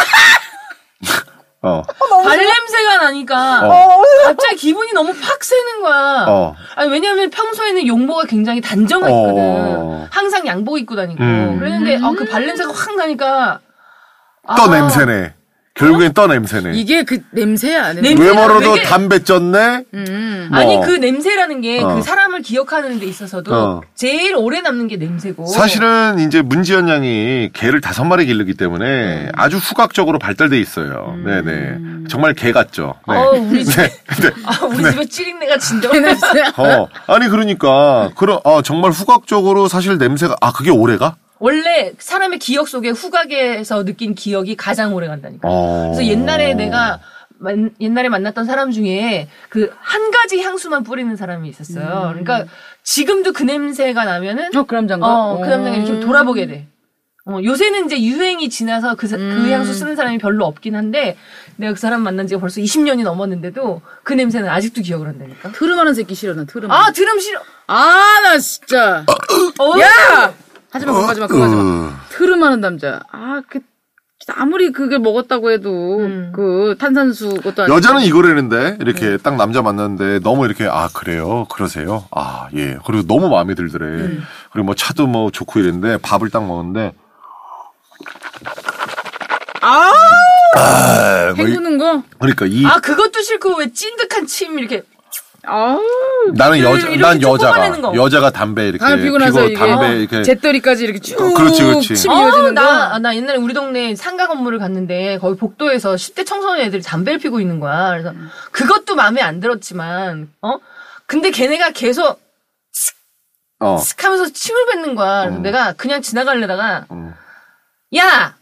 [SPEAKER 2] 어.
[SPEAKER 3] 발 냄새가 나니까
[SPEAKER 2] 어.
[SPEAKER 3] 갑자기 기분이 너무 팍 새는 거야.
[SPEAKER 2] 어.
[SPEAKER 3] 아니 왜냐하면 평소에는 용모가 굉장히 단정했거든.
[SPEAKER 2] 어.
[SPEAKER 3] 항상 양복 입고 다니고
[SPEAKER 2] 음.
[SPEAKER 3] 그랬는데 어, 그 발 냄새가 확 나니까 아,
[SPEAKER 2] 떠 냄새네. 결국엔 떠 냄새네.
[SPEAKER 4] 이게 그 냄새야. 냄새.
[SPEAKER 3] 냄새가
[SPEAKER 2] 외모로도
[SPEAKER 3] 되게-
[SPEAKER 2] 담배 쪘네.
[SPEAKER 4] 음.
[SPEAKER 3] 아니
[SPEAKER 2] 뭐.
[SPEAKER 3] 그 냄새라는 게 그
[SPEAKER 2] 어.
[SPEAKER 3] 사람을 기억하는 데 있어서도
[SPEAKER 2] 어.
[SPEAKER 3] 제일 오래 남는 게 냄새고
[SPEAKER 2] 사실은 이제 문지연 양이 개를 다섯 마리 기르기 때문에
[SPEAKER 3] 음.
[SPEAKER 2] 아주 후각적으로 발달돼 있어요. 네네. 정말 개 같죠. 네.
[SPEAKER 3] 어, 우리 집에
[SPEAKER 2] 네.
[SPEAKER 3] 아, 우리 집에 찌릿내가 진짜
[SPEAKER 4] 그 냄새야.
[SPEAKER 2] 어, 아니 그러니까 그런 어, 정말 후각적으로 사실 냄새가 아 그게 오래가?
[SPEAKER 3] 원래 사람의 기억 속에 후각에서 느낀 기억이 가장 오래 간다니까.
[SPEAKER 2] 어.
[SPEAKER 3] 그래서 옛날에 내가 만- 옛날에 만났던 사람 중에 그 한 가지 향수만 뿌리는 사람이 있었어요. 그러니까 지금도 그 냄새가 나면은
[SPEAKER 4] 어, 그 남자인가?
[SPEAKER 3] 어, 그 남자가
[SPEAKER 4] 음.
[SPEAKER 3] 이렇게 돌아보게 돼. 어, 요새는 이제 유행이 지나서 그, 사- 그 향수 쓰는 사람이 별로 없긴 한데 내가 그 사람 만난 지가 벌써 20년이 넘었는데도 그 냄새는 아직도 기억을 한다니까.
[SPEAKER 4] 트름하는 새끼 싫어 나 트름.
[SPEAKER 3] 아, 드럼 싫어.
[SPEAKER 4] 아나 진짜.
[SPEAKER 3] 어,
[SPEAKER 4] 야! 하지마 그거 하지마 그거 하지마.
[SPEAKER 2] 어.
[SPEAKER 4] 트름하는 남자. 아 그. 아무리 그게 먹었다고 해도
[SPEAKER 3] 음.
[SPEAKER 4] 그 탄산수 것도 아니고
[SPEAKER 2] 여자는 이거라는데 이렇게
[SPEAKER 3] 네.
[SPEAKER 2] 딱 남자 만났는데 너무 이렇게 아 그래요 그러세요 아 예 그리고 너무 마음에 들더래
[SPEAKER 3] 네.
[SPEAKER 2] 그리고 뭐 차도 뭐 좋고 이랬는데 밥을 딱 먹었는데
[SPEAKER 4] 아
[SPEAKER 2] 아, 뭐 이-
[SPEAKER 4] 헹구는 거
[SPEAKER 2] 그러니까 이
[SPEAKER 3] 네, 아, 그것도 싫고 왜 찐득한 침 이렇게
[SPEAKER 4] 아우
[SPEAKER 2] 나는 여자
[SPEAKER 3] 그 이렇게
[SPEAKER 2] 난
[SPEAKER 3] 좀
[SPEAKER 2] 여자가
[SPEAKER 3] 뽑아내는 거. 아,
[SPEAKER 2] 여자가 담배 이렇게
[SPEAKER 4] 담배 피고 나서 이게
[SPEAKER 2] 담배 이렇게
[SPEAKER 4] 재떨이까지 이렇게 쭉
[SPEAKER 2] 어, 그렇지, 그렇지.
[SPEAKER 4] 침이
[SPEAKER 3] 어,
[SPEAKER 4] 이어지는
[SPEAKER 3] 나,
[SPEAKER 4] 거.
[SPEAKER 3] 아, 나 옛날에 우리 동네 상가 건물을 갔는데 거기 복도에서 10대 청소년 애들이 담배를 피고 있는 거야. 그래서 그것도 마음에 안 들었지만, 어? 근데 걔네가 계속
[SPEAKER 2] 어
[SPEAKER 3] 슥 하면서 침을 뱉는 거야. 그래서 내가 그냥 지나가려다가,
[SPEAKER 2] 음.
[SPEAKER 3] 야!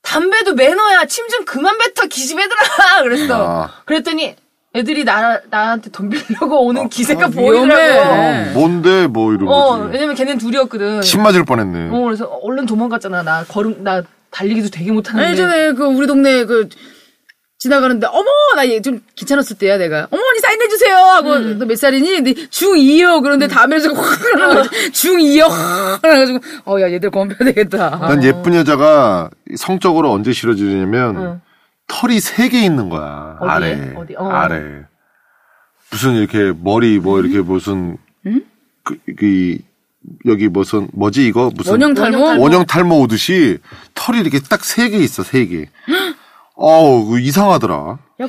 [SPEAKER 3] 담배도 매너야! 침 좀 그만 뱉어! 기집애들아! 그랬어.
[SPEAKER 2] 아.
[SPEAKER 3] 그랬더니 애들이 나, 나한테 덤비려고 오는 기세가
[SPEAKER 4] 위험해.
[SPEAKER 3] 보이더라고.
[SPEAKER 2] 어, 뭔데 뭐 이런
[SPEAKER 3] 어,
[SPEAKER 2] 거지
[SPEAKER 3] 왜냐면 걔네는 둘이었거든.
[SPEAKER 2] 침 맞을 뻔했네
[SPEAKER 3] 어, 그래서 얼른 도망갔잖아. 나 걸음, 나 달리기도 되게 못하는데.
[SPEAKER 4] 아니, 예전에 그 우리 동네 그 지나가는데 어머 나 좀 귀찮았을 때야 내가 어머니 사인해 주세요 하고 너 몇 살이니? 근데 중2요 그런데 담에서 확 중2요 확 그래가지고 어 야 얘들 건배해야 되겠다
[SPEAKER 3] 아.
[SPEAKER 2] 난 예쁜 여자가 성적으로 언제 싫어지냐면 털이 세 개 있는 거야
[SPEAKER 3] 어디에?
[SPEAKER 2] 아래
[SPEAKER 3] 어디? 어.
[SPEAKER 2] 아래 무슨 이렇게 머리 뭐 이렇게 무슨 그, 그 여기 무슨 뭐지 이거 무슨
[SPEAKER 4] 원형 탈모?
[SPEAKER 2] 원형 탈모 오듯이 털이 이렇게 딱 세 개 있어 세개 어우 그거 이상하더라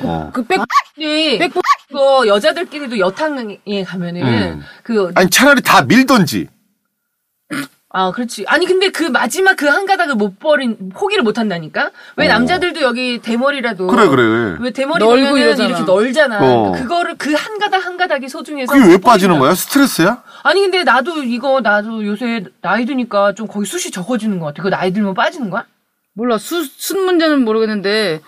[SPEAKER 2] 어.
[SPEAKER 4] 그백
[SPEAKER 3] 근데 그거 여자들끼리도 여탕에 가면은
[SPEAKER 2] 음.
[SPEAKER 3] 그
[SPEAKER 2] 아니 차라리 다 밀던지
[SPEAKER 3] 아, 그렇지. 아니, 근데 그 마지막 그 한 가닥을 못 버린, 포기를 못 한다니까? 왜
[SPEAKER 2] 어.
[SPEAKER 3] 남자들도 여기 대머리라도.
[SPEAKER 2] 그래, 그래.
[SPEAKER 3] 어. 왜 대머리
[SPEAKER 4] 넓고
[SPEAKER 3] 보면은
[SPEAKER 4] 이러잖아.
[SPEAKER 3] 이렇게 넓잖아.
[SPEAKER 2] 네. 어.
[SPEAKER 3] 그거를 그 한 가닥 한 가닥이 소중해서.
[SPEAKER 2] 그게 왜
[SPEAKER 3] 버린다.
[SPEAKER 2] 빠지는 거야 스트레스야
[SPEAKER 3] 아니, 근데 나도 이거, 나도 요새 나이 드니까 좀 거기 숱이 적어지는 것 같아. 그거 나이 들면 빠지는 거야?
[SPEAKER 4] 몰라 수, 순 문제는 모르겠는데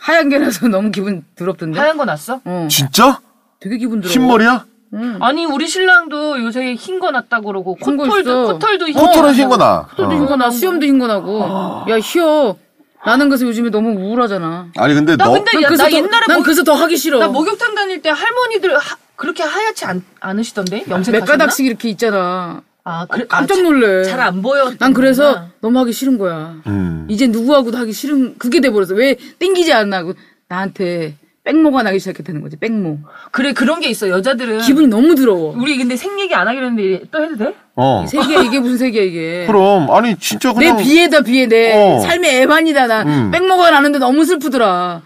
[SPEAKER 4] 하얀 게라서 너무 기분 더럽던데
[SPEAKER 3] 하얀 거 났어?
[SPEAKER 4] 어
[SPEAKER 2] 진짜
[SPEAKER 4] 되게 기분 더러워
[SPEAKER 2] 흰머리야
[SPEAKER 3] 어, 아니, 우리 신랑도 요새 흰 거 났다고 그러고,
[SPEAKER 4] 흰거
[SPEAKER 3] 코털도,
[SPEAKER 4] 있어.
[SPEAKER 3] 코털도 흰거
[SPEAKER 2] 코털은
[SPEAKER 3] 났다고.
[SPEAKER 2] 흰거나
[SPEAKER 4] 도
[SPEAKER 2] 어.
[SPEAKER 4] 흰거나 수염도 흰거나고 야 희어 나는 그래서 요즘에 너무 우울하잖아
[SPEAKER 2] 아니 근데
[SPEAKER 3] 나
[SPEAKER 2] 너
[SPEAKER 3] 근데
[SPEAKER 4] 난
[SPEAKER 3] 야,
[SPEAKER 4] 그래서
[SPEAKER 3] 나
[SPEAKER 4] 더-
[SPEAKER 3] 옛날에
[SPEAKER 4] 난
[SPEAKER 3] 목-
[SPEAKER 4] 그래서 더 하기 싫어
[SPEAKER 3] 나뭐 목욕탕
[SPEAKER 2] 음.
[SPEAKER 3] 다닐 때 할머니들 하- 그렇게 하얗지 않, 으시던데 염색
[SPEAKER 4] 몇 가닥씩 이렇게 있잖아.
[SPEAKER 3] 아, 그래,
[SPEAKER 4] 아, 깜짝 놀래.
[SPEAKER 3] 잘안 보여. 아.
[SPEAKER 4] 난 그래서 너무 하기 싫은 거야.
[SPEAKER 2] 음.
[SPEAKER 4] 이제 누구하고도 하기 싫은 그게 돼버렸어. 왜 땡기지 않나? 고 나한테 뺑모가 나기 시작했다는 거지. 뺑모.
[SPEAKER 2] 음.
[SPEAKER 3] 그래 그런 게 있어 여자들은.
[SPEAKER 4] 기분이 너무 더러워.
[SPEAKER 3] 우리 근데 생 얘기 안 하기로 했는데 또 해도 돼?
[SPEAKER 2] 어.
[SPEAKER 4] 세계 이게 무슨 세계야 이게?
[SPEAKER 2] 그럼 아니 진짜 그냥
[SPEAKER 4] 내 비애다 비애 내
[SPEAKER 2] 어.
[SPEAKER 4] 삶의 애반이다 나
[SPEAKER 2] 음.
[SPEAKER 4] 뺑모가 나는데 너무 슬프더라.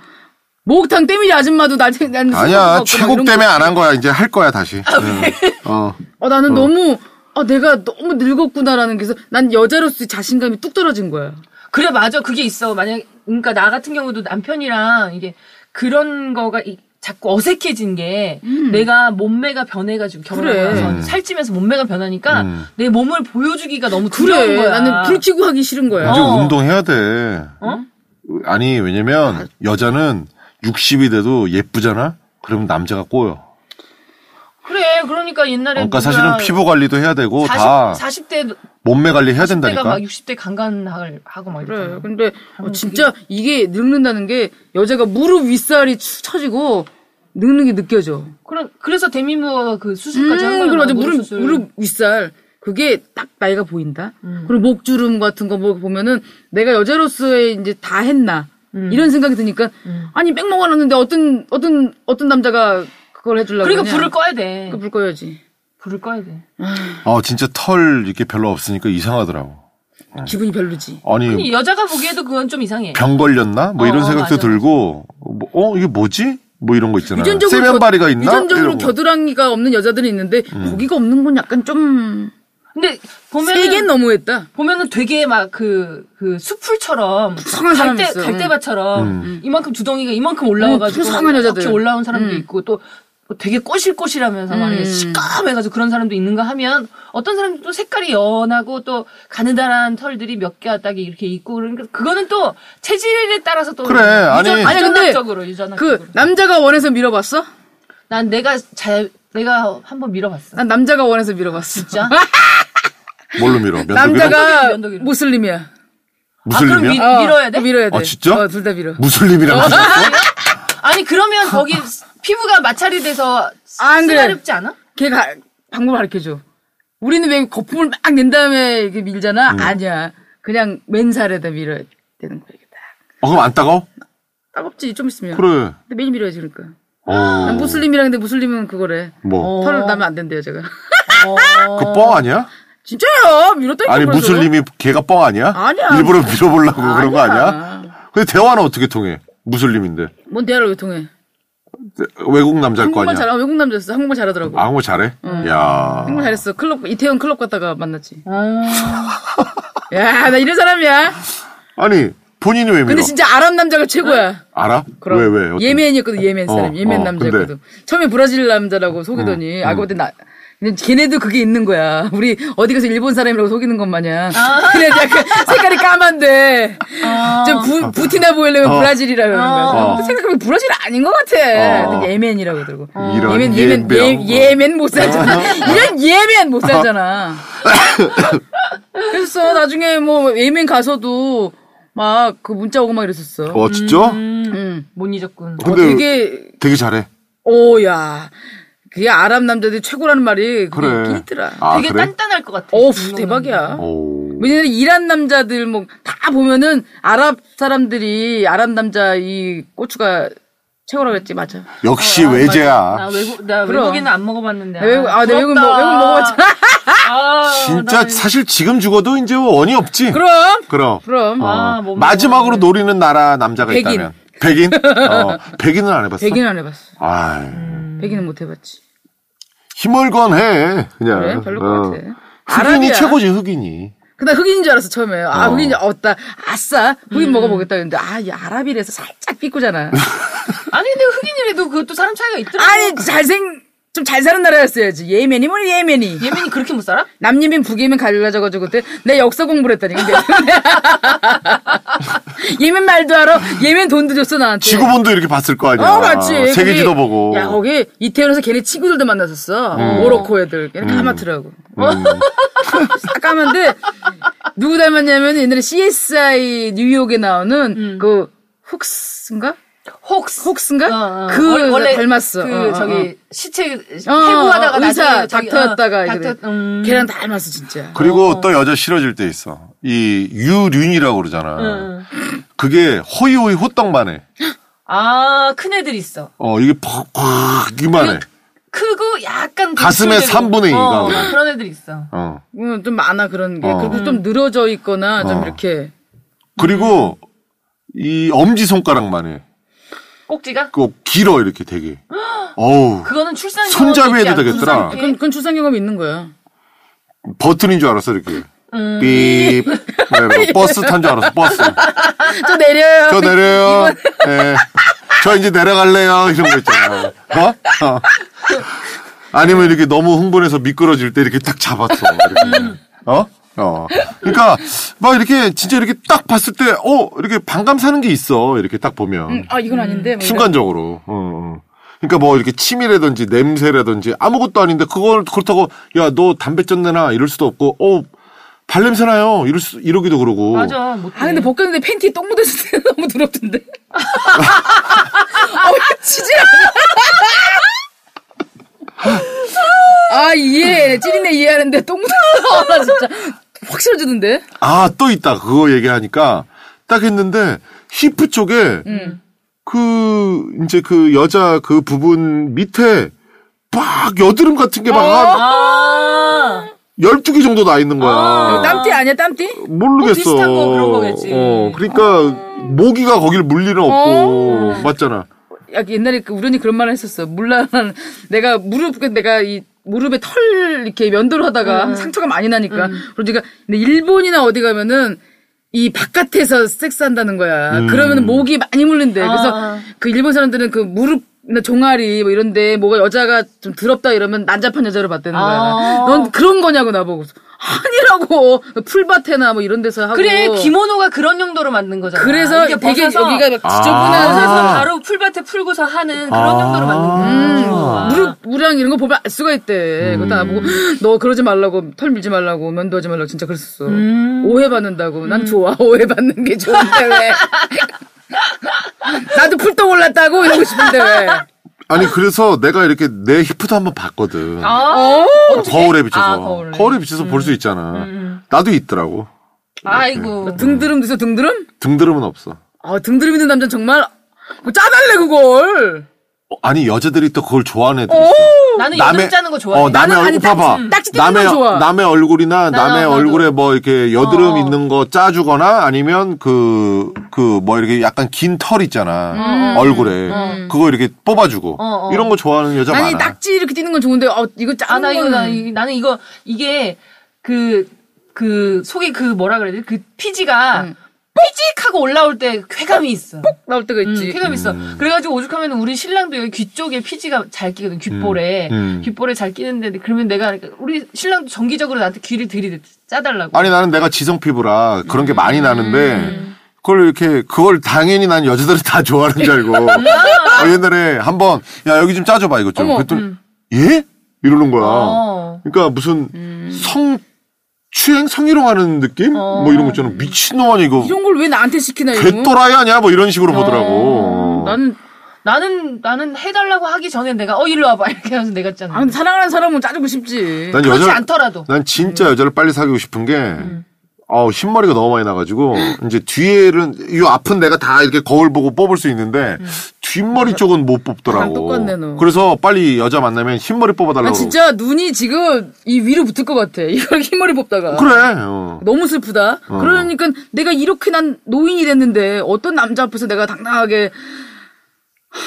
[SPEAKER 4] 목욕탕 때문에 아줌마도 나 나는
[SPEAKER 2] 아니야 최고 때문에 안 한 거야 이제 할 거야 다시. 응. 어.
[SPEAKER 4] 어 나는 너무 아 내가 너무 늙었구나라는 게서 난 여자로서 자신감이 뚝 떨어진 거야.
[SPEAKER 3] 그래 맞아 그게 있어 만약 그러니까 나 같은 경우도 남편이랑 이게 그런 거가 이- 자꾸 어색해진 게
[SPEAKER 4] 음.
[SPEAKER 3] 내가 몸매가 변해가지고 결혼하면서
[SPEAKER 2] 그래. 음.
[SPEAKER 3] 살찌면서 몸매가 변하니까
[SPEAKER 2] 음.
[SPEAKER 3] 내 몸을 보여주기가 너무 두려운
[SPEAKER 4] 그래
[SPEAKER 3] 거야.
[SPEAKER 4] 나는 불키고 하기 싫은 거야.
[SPEAKER 2] 이제
[SPEAKER 3] 어.
[SPEAKER 2] 운동해야 돼. 아니 왜냐면 여자는 60이 돼도 예쁘잖아. 그러면 남자가 꼬여.
[SPEAKER 3] 그래 그러니까 옛날에
[SPEAKER 2] 그러니까 사실은 피부 관리도 해야 되고
[SPEAKER 3] 40,
[SPEAKER 2] 다
[SPEAKER 3] 40대
[SPEAKER 2] 몸매 관리 해야
[SPEAKER 3] 40대가
[SPEAKER 2] 된다니까.
[SPEAKER 3] 막 60대 강간하고 막
[SPEAKER 4] 그래.
[SPEAKER 3] 이러잖아.
[SPEAKER 4] 근데 어, 진짜 이게 늙는다는 게 여자가 무릎 윗살이 축 처지고 늙는 게 느껴져.
[SPEAKER 3] 그런 그래서 데미모가 그 수술까지 한
[SPEAKER 4] 음,
[SPEAKER 3] 거야.
[SPEAKER 4] 그럼 맞아. 무릎,
[SPEAKER 3] 수술.
[SPEAKER 4] 무릎 윗살. 그게 딱 나이가 보인다. 그리고 목주름 같은 거뭐 보- 보면은 내가 여자로서의 이제 다 했나. 이런 생각이 드니까 아니 뺑먹어놨는데 어떤 어떤 어떤 남자가 그걸 해주려고
[SPEAKER 3] 그러니까
[SPEAKER 4] 그러냐.
[SPEAKER 3] 불을 꺼야 돼.
[SPEAKER 4] 그러니까 불 꺼야지
[SPEAKER 3] 불을 꺼야 돼.
[SPEAKER 2] 어 진짜 털 이렇게 별로 없으니까 이상하더라고. 아.
[SPEAKER 4] 기분이 별로지
[SPEAKER 2] 아니
[SPEAKER 3] 아니, 여자가 보기에도 그건 좀 이상해.
[SPEAKER 2] 병 걸렸나? 뭐 이런
[SPEAKER 3] 어,
[SPEAKER 2] 생각도
[SPEAKER 3] 맞아.
[SPEAKER 2] 들고 뭐, 어 이게 뭐지? 뭐 이런 거 있잖아.
[SPEAKER 4] 유전적으로
[SPEAKER 2] 세면바리가
[SPEAKER 4] 겨-
[SPEAKER 2] 있나?
[SPEAKER 4] 유전적으로
[SPEAKER 2] 이러고. 음.
[SPEAKER 4] 겨드랑이가 없는 여자들이 있는데 거기가 없는 건 약간 좀
[SPEAKER 3] 근데 보면은
[SPEAKER 4] 세게 너무했다
[SPEAKER 3] 보면은 되게 막 그, 그 수풀처럼.
[SPEAKER 4] 풍성한 사람
[SPEAKER 3] 갈대,
[SPEAKER 4] 있어.
[SPEAKER 3] 갈대밭처럼.
[SPEAKER 2] 음.
[SPEAKER 3] 이만큼 두덩이가 이만큼
[SPEAKER 4] 어,
[SPEAKER 3] 올라와가지고.
[SPEAKER 4] 풍성한
[SPEAKER 3] 막
[SPEAKER 4] 여자들. 음.
[SPEAKER 3] 이렇게 올라온 사람도 있고 또. 뭐 되게 꼬실꼬실하면서 막 이렇게 시꺼매가지고 그런 사람도 있는가 하면 어떤 사람도 또 색깔이 연하고 또 가느다란 털들이 몇 개가 딱 이렇게 있고 그러니까 그거는 또 체질에 따라서 또
[SPEAKER 2] 그래,
[SPEAKER 3] 유전-
[SPEAKER 2] 아니. 아니,
[SPEAKER 4] 근데
[SPEAKER 3] 유전학적으로 유전학적으로
[SPEAKER 4] 그 남자가 원해서 밀어봤어?
[SPEAKER 3] 난 내가 잘 내가 한번 밀어봤어
[SPEAKER 4] 난 남자가 원해서 밀어봤어
[SPEAKER 3] 진짜
[SPEAKER 2] 뭘로 밀어? 면도기로?
[SPEAKER 4] 남자가
[SPEAKER 3] 면도기로, 면도기로.
[SPEAKER 4] 무슬림이야
[SPEAKER 3] 아, 그럼
[SPEAKER 2] 무슬림이야?
[SPEAKER 3] 밀- 밀어야 돼?
[SPEAKER 4] 어, 밀어야 돼.
[SPEAKER 2] 아, 진짜?
[SPEAKER 4] 어, 둘 다 밀어.
[SPEAKER 2] 무슬림이랑 무슬림?
[SPEAKER 3] 아니 그러면 거기 피부가 마찰이 돼서
[SPEAKER 4] 안 그래.
[SPEAKER 3] 쓰라립지 않아?
[SPEAKER 4] 걔가 방법 가르쳐 줘. 우리는 왜 거품을 막 낸 다음에 이렇게 밀잖아. 아니야. 그냥 맨살에다 밀어야 되는 거야. 이게 다.
[SPEAKER 2] 어, 그럼 안 따가워?
[SPEAKER 4] 따갑지 좀 있으면.
[SPEAKER 2] 그래.
[SPEAKER 4] 근데 매일 밀어야지 그러니까.
[SPEAKER 2] 어,
[SPEAKER 4] 난 무슬림이라는데 무슬림은 그거래.
[SPEAKER 2] 뭐.
[SPEAKER 3] 어.
[SPEAKER 4] 털을 나면 안 된대 여자가.
[SPEAKER 2] 그 뻥 아니야?
[SPEAKER 4] 진짜야. 밀었다니까.
[SPEAKER 2] 아니
[SPEAKER 4] 그래서.
[SPEAKER 2] 무슬림이 걔가 뻥 아니야?
[SPEAKER 4] 아니야.
[SPEAKER 2] 일부러 밀어보려고 그런 거 아니야? 근데 대화는 어떻게 통해? 무슬림인데
[SPEAKER 4] 뭔 대화를 왜 통해?
[SPEAKER 2] 외국 남자일 거
[SPEAKER 4] 한국말
[SPEAKER 2] 아니야? 아,
[SPEAKER 4] 잘 아, 외국 남자였어. 한국말 잘하더라고.
[SPEAKER 2] 한국말 잘해? 야.
[SPEAKER 4] 한국말 잘했어. 클럽 이태원 클럽 갔다가 만났지. 야, 나 이런 사람이야.
[SPEAKER 2] 아니 본인이 왜 밀어?
[SPEAKER 4] 근데 진짜 아랍 남자가 최고야.
[SPEAKER 2] 알아?
[SPEAKER 4] 그럼
[SPEAKER 2] 왜 왜? 어떤-
[SPEAKER 4] 예멘이었거든 예멘 사람
[SPEAKER 2] 어,
[SPEAKER 4] 예멘
[SPEAKER 2] 어, 음,
[SPEAKER 4] 남자였거든 처음에 브라질 남자라고 속이더니 아 그때 나 근데 걔네도 그게 있는 거야 우리 어디 가서 일본 사람이라고 속이는 것 마냥 그래 약간 색깔이 까만데 좀 부, 부티나 보이려면
[SPEAKER 2] 어.
[SPEAKER 4] 브라질이라고 그런 거야
[SPEAKER 2] 어.
[SPEAKER 4] 근데 생각해보면 브라질 아닌 것 같아
[SPEAKER 2] 어.
[SPEAKER 4] 근데 예멘이라고 그러더라고
[SPEAKER 2] 이런
[SPEAKER 4] 예멘 예멘
[SPEAKER 2] 예병. 어.
[SPEAKER 4] 예, 예멘 못 살잖아 이런 예멘 못 살잖아 그래서 나중에 뭐 예멘 가서도 막 그 문자 오고 막 이랬었어
[SPEAKER 2] 어 진짜?
[SPEAKER 4] 응.
[SPEAKER 3] 못 잊었군.
[SPEAKER 2] 근데
[SPEAKER 4] 음. 어, 되게 어,
[SPEAKER 2] 되게 잘해.
[SPEAKER 4] 오야 그게 아랍 남자들이 최고라는 말이 그게
[SPEAKER 2] 그래.
[SPEAKER 4] 있긴 있더라.
[SPEAKER 2] 아
[SPEAKER 3] 되게
[SPEAKER 2] 그래?
[SPEAKER 3] 단단할 것 같아.
[SPEAKER 4] 어우
[SPEAKER 3] 분명히.
[SPEAKER 4] 대박이야.
[SPEAKER 2] 오.
[SPEAKER 4] 왜냐면 이란 남자들 뭐 다 보면은 아랍 사람들이 아랍 남자 이 고추가 최고라 그랬지 맞아.
[SPEAKER 2] 역시
[SPEAKER 4] 어,
[SPEAKER 3] 아,
[SPEAKER 2] 외제야.
[SPEAKER 3] 맞아. 나 외국 나
[SPEAKER 4] 그럼.
[SPEAKER 3] 외국인은 안 먹어봤는데.
[SPEAKER 4] 나 외국 아내 외국 먹 외국 먹어봤잖아.
[SPEAKER 2] 진짜 사실 지금 죽어도 이제 원이 없지.
[SPEAKER 4] 그럼
[SPEAKER 2] 그럼.
[SPEAKER 4] 그럼
[SPEAKER 2] 어.
[SPEAKER 3] 아, 못
[SPEAKER 2] 마지막으로 노리는 나라 남자가
[SPEAKER 4] 네. 백인.
[SPEAKER 2] 있다면 백인? 어, 백인은 안 해봤어.
[SPEAKER 4] 백인 안 해봤어.
[SPEAKER 2] 아,
[SPEAKER 4] 백인은 못 해봤지.
[SPEAKER 2] 힘을건 해 그냥.
[SPEAKER 4] 그래 별로 것
[SPEAKER 2] 어.
[SPEAKER 4] 같아.
[SPEAKER 2] 흑인이
[SPEAKER 4] 아랍이야. 네.
[SPEAKER 2] 최고지 흑인이.
[SPEAKER 4] 그나 흑인인 줄 알았어 처음에. 아
[SPEAKER 2] 어. 음.
[SPEAKER 4] 흑인 어따 아싸 흑인 먹어보겠다 했는데 아이 아랍이라서 살짝 삐꾸잖아.
[SPEAKER 3] 아니 근데 흑인이라도 그것도 사람 차이가 있더라.
[SPEAKER 4] 아니 잘생 좀 잘 사는 나라였어야지 예멘이 뭐니 예멘이
[SPEAKER 3] 예민이 그렇게 못 살아?
[SPEAKER 4] 남예멘 북예멘 갈라져가지고 그때 내 역사 공부를 했다니 근데 예멘 말도 알아 예멘 돈도 줬어 나한테
[SPEAKER 2] 지구본도 이렇게 봤을 거 아니야.
[SPEAKER 4] 어 맞지
[SPEAKER 2] 세계지도
[SPEAKER 4] 거기-
[SPEAKER 2] 보고.
[SPEAKER 4] 야 거기 이태원에서 걔네 친구들도 만났었어 모로코 애들 걔네 까맣더라고 어?
[SPEAKER 2] 음.
[SPEAKER 4] 싹 까만데 누구 닮았냐면 옛날에 CSI 뉴욕에 나오는 그 훅스인가
[SPEAKER 3] 음. 혹스.
[SPEAKER 4] 혹스인가?
[SPEAKER 3] 어, 어.
[SPEAKER 4] 그
[SPEAKER 3] 원- 원래
[SPEAKER 4] 닮았어.
[SPEAKER 3] 그
[SPEAKER 4] 어, 어,
[SPEAKER 3] 저기 시체
[SPEAKER 4] 어, 어,
[SPEAKER 3] 해부하다가
[SPEAKER 4] 의사
[SPEAKER 3] 나중에 저기, 어,
[SPEAKER 4] 닥터였다가
[SPEAKER 3] 닥터,
[SPEAKER 4] 이래.
[SPEAKER 3] 음.
[SPEAKER 4] 걔랑 닮았어 진짜.
[SPEAKER 2] 그리고 또 여자 싫어질 때 있어. 이 유륜이라고 그러잖아.
[SPEAKER 3] 응.
[SPEAKER 2] 그게 호이호이 호떡만해.
[SPEAKER 3] 아, 큰 애들 있어. 그
[SPEAKER 2] 어 이게 푹푹
[SPEAKER 4] 그
[SPEAKER 2] 이만해.
[SPEAKER 3] 크고 약간
[SPEAKER 2] 네. 가슴의
[SPEAKER 3] 노출되고.
[SPEAKER 2] 3분의 2가
[SPEAKER 3] 어,
[SPEAKER 2] 그래.
[SPEAKER 3] 그런 애들 있어.
[SPEAKER 2] 어
[SPEAKER 4] 음, 좀 많아 그런 게.
[SPEAKER 2] 어.
[SPEAKER 4] 그리고 좀 늘어져 있거나 좀
[SPEAKER 2] 어.
[SPEAKER 4] 이렇게.
[SPEAKER 2] 그리고
[SPEAKER 4] 음.
[SPEAKER 2] 이 엄지 손가락만해.
[SPEAKER 3] 꼭지가?
[SPEAKER 2] 그 길어 이렇게 되게. 어우
[SPEAKER 3] 그거는 출산
[SPEAKER 2] 손잡이
[SPEAKER 3] 경험이 있지
[SPEAKER 2] 애들 되겠더라.
[SPEAKER 3] 않- 출산-
[SPEAKER 4] 그건, 그건 출산 경험이 있는 거야.
[SPEAKER 2] 버튼인 줄 알았어 이렇게. 삐 네, 뭐 버스 탄 줄 알았어 버스.
[SPEAKER 4] 저 내려요.
[SPEAKER 2] 저 내려요. 예. 저 이제 내려갈래요. 이런 거 있잖아. 어? 어. 아니면 이렇게 너무 흥분해서 미끄러질 때 이렇게 딱 잡았어. 이렇게. 어? 어. 그러니까 막 이렇게 진짜 이렇게 딱 봤을 때, 어, 이렇게 반감 사는 게 있어. 이렇게 딱 보면.
[SPEAKER 4] 아 이건 아닌데. 뭐
[SPEAKER 2] 순간적으로. 어, 어. 그러니까 뭐 이렇게 침이라든지 냄새라든지 아무것도 아닌데 그걸 그렇다고 야 너 담배 쪘내나 이럴 수도 없고 어 발냄새나요 이럴 수 이러기도 그러고
[SPEAKER 3] 맞아. 못
[SPEAKER 4] 아 근데 벗겼는데 팬티에 똥 묻었을 때 너무 더럽던데. 어, 아왜 치지 않아? 아 이해 찌린내 이해하는데 똥 묻었어 나 진짜 확 싫어지던데.
[SPEAKER 2] 아 또 있다 그거 얘기하니까 딱 했는데 히프 쪽에
[SPEAKER 3] 음.
[SPEAKER 2] 그 이제 그 여자 그 부분 밑에 막 여드름 같은 게
[SPEAKER 3] 어?
[SPEAKER 2] 막
[SPEAKER 3] 아.
[SPEAKER 2] 12개 정도 나 있는 거야.
[SPEAKER 4] 이거 땀띠 아니야 땀띠?
[SPEAKER 2] 모르겠어.
[SPEAKER 3] 뭐 비슷한 거 그런 거겠지.
[SPEAKER 2] 어, 그러니까 모기가 거길 물 일은 없고
[SPEAKER 3] 어.
[SPEAKER 2] 맞잖아.
[SPEAKER 4] 야, 옛날에 그 우연히 그런 말을 했었어. 물란한 내가 무릎 그 내가 이 무릎에 털 이렇게 면도를 하다가
[SPEAKER 3] 음.
[SPEAKER 4] 상처가 많이 나니까 그러니까 근데 일본이나 어디 가면은 이 바깥에서 섹스한다는 거야. 그러면은 목이 많이 물린대. 그래서
[SPEAKER 3] 아.
[SPEAKER 4] 그 일본 사람들은 그 무릎 나 종아리 뭐 이런데 뭐가 여자가 좀 더럽다 이러면 난잡한 여자를 봤다는 거야.
[SPEAKER 3] 아.
[SPEAKER 4] 넌 그런 거냐고 나보고 아니라고 풀밭에나 뭐 이런 데서 하고
[SPEAKER 3] 그래 기모노가 그런 용도로 만든 거잖아.
[SPEAKER 4] 그래서
[SPEAKER 3] 이게
[SPEAKER 4] 되게
[SPEAKER 3] 벗어서
[SPEAKER 4] 여기가 막
[SPEAKER 2] 아.
[SPEAKER 4] 지저분한
[SPEAKER 3] 벗어서
[SPEAKER 4] 사람
[SPEAKER 3] 바로 풀밭에 풀고서 하는 그런
[SPEAKER 2] 아.
[SPEAKER 3] 용도로 만든 거야.
[SPEAKER 2] 음.
[SPEAKER 4] 무릎 무랑 이런 거 보면 알 수가 있대. 그것도 나보고
[SPEAKER 3] 음.
[SPEAKER 4] 너 그러지 말라고 털 밀지 말라고 면도하지 말라고 진짜 그랬었어.
[SPEAKER 3] 음.
[SPEAKER 4] 오해 받는다고. 난 좋아. 오해 받는 게 좋은데 왜? 나도 풀떡 올랐다고 이러고 싶은데 왜?
[SPEAKER 2] 아니 그래서 내가 이렇게 내 히프도 한번 봤거든.
[SPEAKER 3] 아,
[SPEAKER 4] 어?
[SPEAKER 2] 거울에 비춰서
[SPEAKER 3] 아, 거울에. 음,
[SPEAKER 2] 비춰서 볼 수 있잖아. 나도 있더라고.
[SPEAKER 3] 아이고.
[SPEAKER 4] 등드름도 있어 등드름?
[SPEAKER 2] 등드름은 없어.
[SPEAKER 4] 아 등드름 있는 남자는 정말 그거 짜달래 그걸.
[SPEAKER 2] 어, 아니 여자들이 또 그걸 좋아하는 애들 있어.
[SPEAKER 3] 나는 여름 짜는 거 좋아해.
[SPEAKER 2] 어, 남의
[SPEAKER 4] 나는 아니,
[SPEAKER 2] 얼굴 봐봐.
[SPEAKER 4] 딱지- 딱지 뜯는
[SPEAKER 2] 남의,
[SPEAKER 4] 건 좋아.
[SPEAKER 2] 남의 얼굴이나 남의
[SPEAKER 3] 나도.
[SPEAKER 2] 얼굴에 뭐 이렇게 여드름
[SPEAKER 3] 어, 어.
[SPEAKER 2] 있는 거 짜주거나 아니면 그, 그 뭐 이렇게 약간 긴 털 있잖아.
[SPEAKER 3] 음,
[SPEAKER 2] 얼굴에. 그거 이렇게 뽑아주고.
[SPEAKER 3] 어, 어.
[SPEAKER 2] 이런 거 좋아하는 여자
[SPEAKER 4] 아니
[SPEAKER 2] 많아.
[SPEAKER 4] 딱지 이렇게 뛰는 건 좋은데 어 이거
[SPEAKER 3] 아,
[SPEAKER 4] 짜는
[SPEAKER 3] 나 이거,
[SPEAKER 4] 거는
[SPEAKER 3] 나, 이- 나는 이거, 이게, 그, 그, 속에 그 뭐라 그래야 돼? 그 피지가, 삐직하고 올라올 때 쾌감이 있어.
[SPEAKER 4] 나올 때가 있지.
[SPEAKER 3] 음, 쾌감 있어. 그래가지고 오죽하면 우리 신랑도 여기 귀 쪽에 피지가 잘 끼거든. 귓볼에.
[SPEAKER 2] 음.
[SPEAKER 3] 귓볼에 잘 끼는데, 그러면 내가, 그러니까 우리 신랑도 정기적으로 나한테 귀를 들이대, 짜달라고.
[SPEAKER 2] 아니 나는 내가 지성 피부라 그런 게 많이 나는데 그걸 이렇게 그걸 당연히 난 여자들이 다 좋아하는 줄 알고 어, 옛날에 한번 야 여기 좀 짜줘봐 이거 좀
[SPEAKER 4] 어머,
[SPEAKER 2] 그랬더니 예 이러는 거야
[SPEAKER 3] 어.
[SPEAKER 2] 그러니까 무슨 성 추행 성희롱하는 느낌 뭐 이런 거 있잖아 미친놈 아니 이거
[SPEAKER 4] 이런 걸 왜 나한테 시키나 이거?
[SPEAKER 2] 개또라이 아니야 뭐 이런 식으로 보더라고
[SPEAKER 4] 나는
[SPEAKER 3] 나는, 나는 해달라고 하기 전에 내가, 어, 일로 와봐. 이렇게 해서 내가 짜는
[SPEAKER 4] 아,
[SPEAKER 3] 거야.
[SPEAKER 4] 근데 사랑하는 사람은 짜주고 싶지.
[SPEAKER 2] 난
[SPEAKER 3] 그렇지
[SPEAKER 2] 여자
[SPEAKER 3] 않더라도.
[SPEAKER 2] 난 진짜
[SPEAKER 4] 음.
[SPEAKER 2] 여자를 빨리 사귀고 싶은 게 아우 흰머리가 너무 많이 나가지고
[SPEAKER 4] 음.
[SPEAKER 2] 이제 뒤에는 이 아픈 내가 다 이렇게 거울 보고 뽑을 수 있는데 뒷머리 쪽은 못 뽑더라고.
[SPEAKER 4] 나랑 음. 아, 똑같네, 너.
[SPEAKER 2] 그래서 빨리 여자 만나면 흰머리 뽑아달라고.
[SPEAKER 4] 나 진짜 눈이 지금 이 위로 붙을 것 같아. 이걸 흰머리 뽑다가.
[SPEAKER 2] 그러고. 그래. 어.
[SPEAKER 4] 너무 슬프다. 그러니까 내가 이렇게 난 노인이 됐는데 어떤 남자 앞에서 내가 당당하게 하,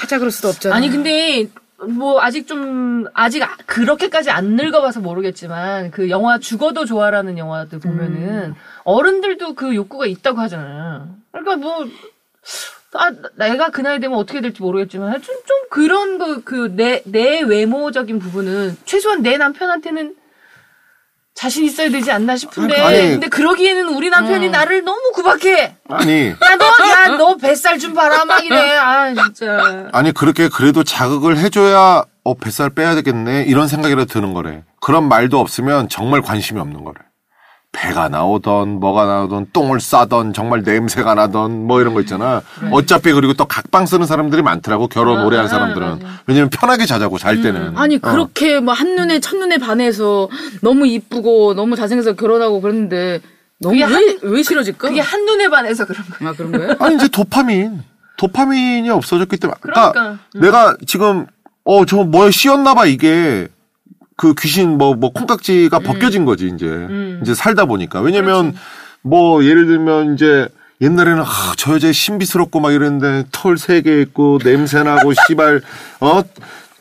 [SPEAKER 4] 하자 그럴 수도 없잖아.
[SPEAKER 3] 아니 근데 뭐 아직 좀 아직 아- 그렇게까지 안 늙어봐서 모르겠지만 그 영화 죽어도 좋아라는 영화들
[SPEAKER 2] 음.
[SPEAKER 3] 보면은 어른들도 그 욕구가 있다고 하잖아. 그러니까 뭐. 아, 나- 내가 그 나이 되면 어떻게 될지 모르겠지만, 하여튼 좀, 그런 거, 그, 내, 내 외모적인 부분은, 최소한 내 남편한테는 자신 있어야 되지 않나 싶은데,
[SPEAKER 2] 아니. 음.
[SPEAKER 3] 근데 그러기에는 우리 남편이 나를 너무 구박해!
[SPEAKER 2] 아니
[SPEAKER 3] 야, 너, 야, 너 뱃살 좀 봐라! 막 이래. 아, 진짜.
[SPEAKER 2] 아니 그렇게 그래도 자극을 해줘야 어 뱃살 빼야 되겠네 이런 생각이라도 드는 거래. 그런 말도 없으면 정말 관심이 없는 거래. 배가 나오던 뭐가 나오던 똥을 싸던 정말 냄새가 나던 뭐 이런 거 있잖아.
[SPEAKER 4] 음. 네.
[SPEAKER 2] 어차피 그리고 또 각방 쓰는 사람들이 많더라고
[SPEAKER 4] 아,
[SPEAKER 2] 결혼 오래 한 사람들은. 왜냐면 편하게 자자고 잘 때는.
[SPEAKER 4] 음. 아니
[SPEAKER 2] 어.
[SPEAKER 4] 그렇게 뭐 한눈에 첫눈에 반해서 너무 이쁘고 너무 잘생겨서 결혼하고 그랬는데 너무
[SPEAKER 3] 그게
[SPEAKER 4] 왜,
[SPEAKER 3] 한-
[SPEAKER 4] 왜 싫어질까?
[SPEAKER 3] 그게 한눈에 반해서 그런 거예요.
[SPEAKER 4] 아 그런 거예요?
[SPEAKER 2] 아니 이제 도파민. 도파민이 없어졌기 때문에
[SPEAKER 3] 그러니까,
[SPEAKER 4] 음.
[SPEAKER 2] 내가 지금 어 저 뭐에 씌었나 봐 이게 그 귀신 뭐 뭐
[SPEAKER 4] 음.
[SPEAKER 2] 콩깍지가 벗겨진 거지 이제. 이제 살다 보니까. 왜냐면 뭐 예를 들면 이제 옛날에는 아, 저 여자 신비스럽고 막 이랬는데 털 세 개 있고 냄새 나고 씨발 어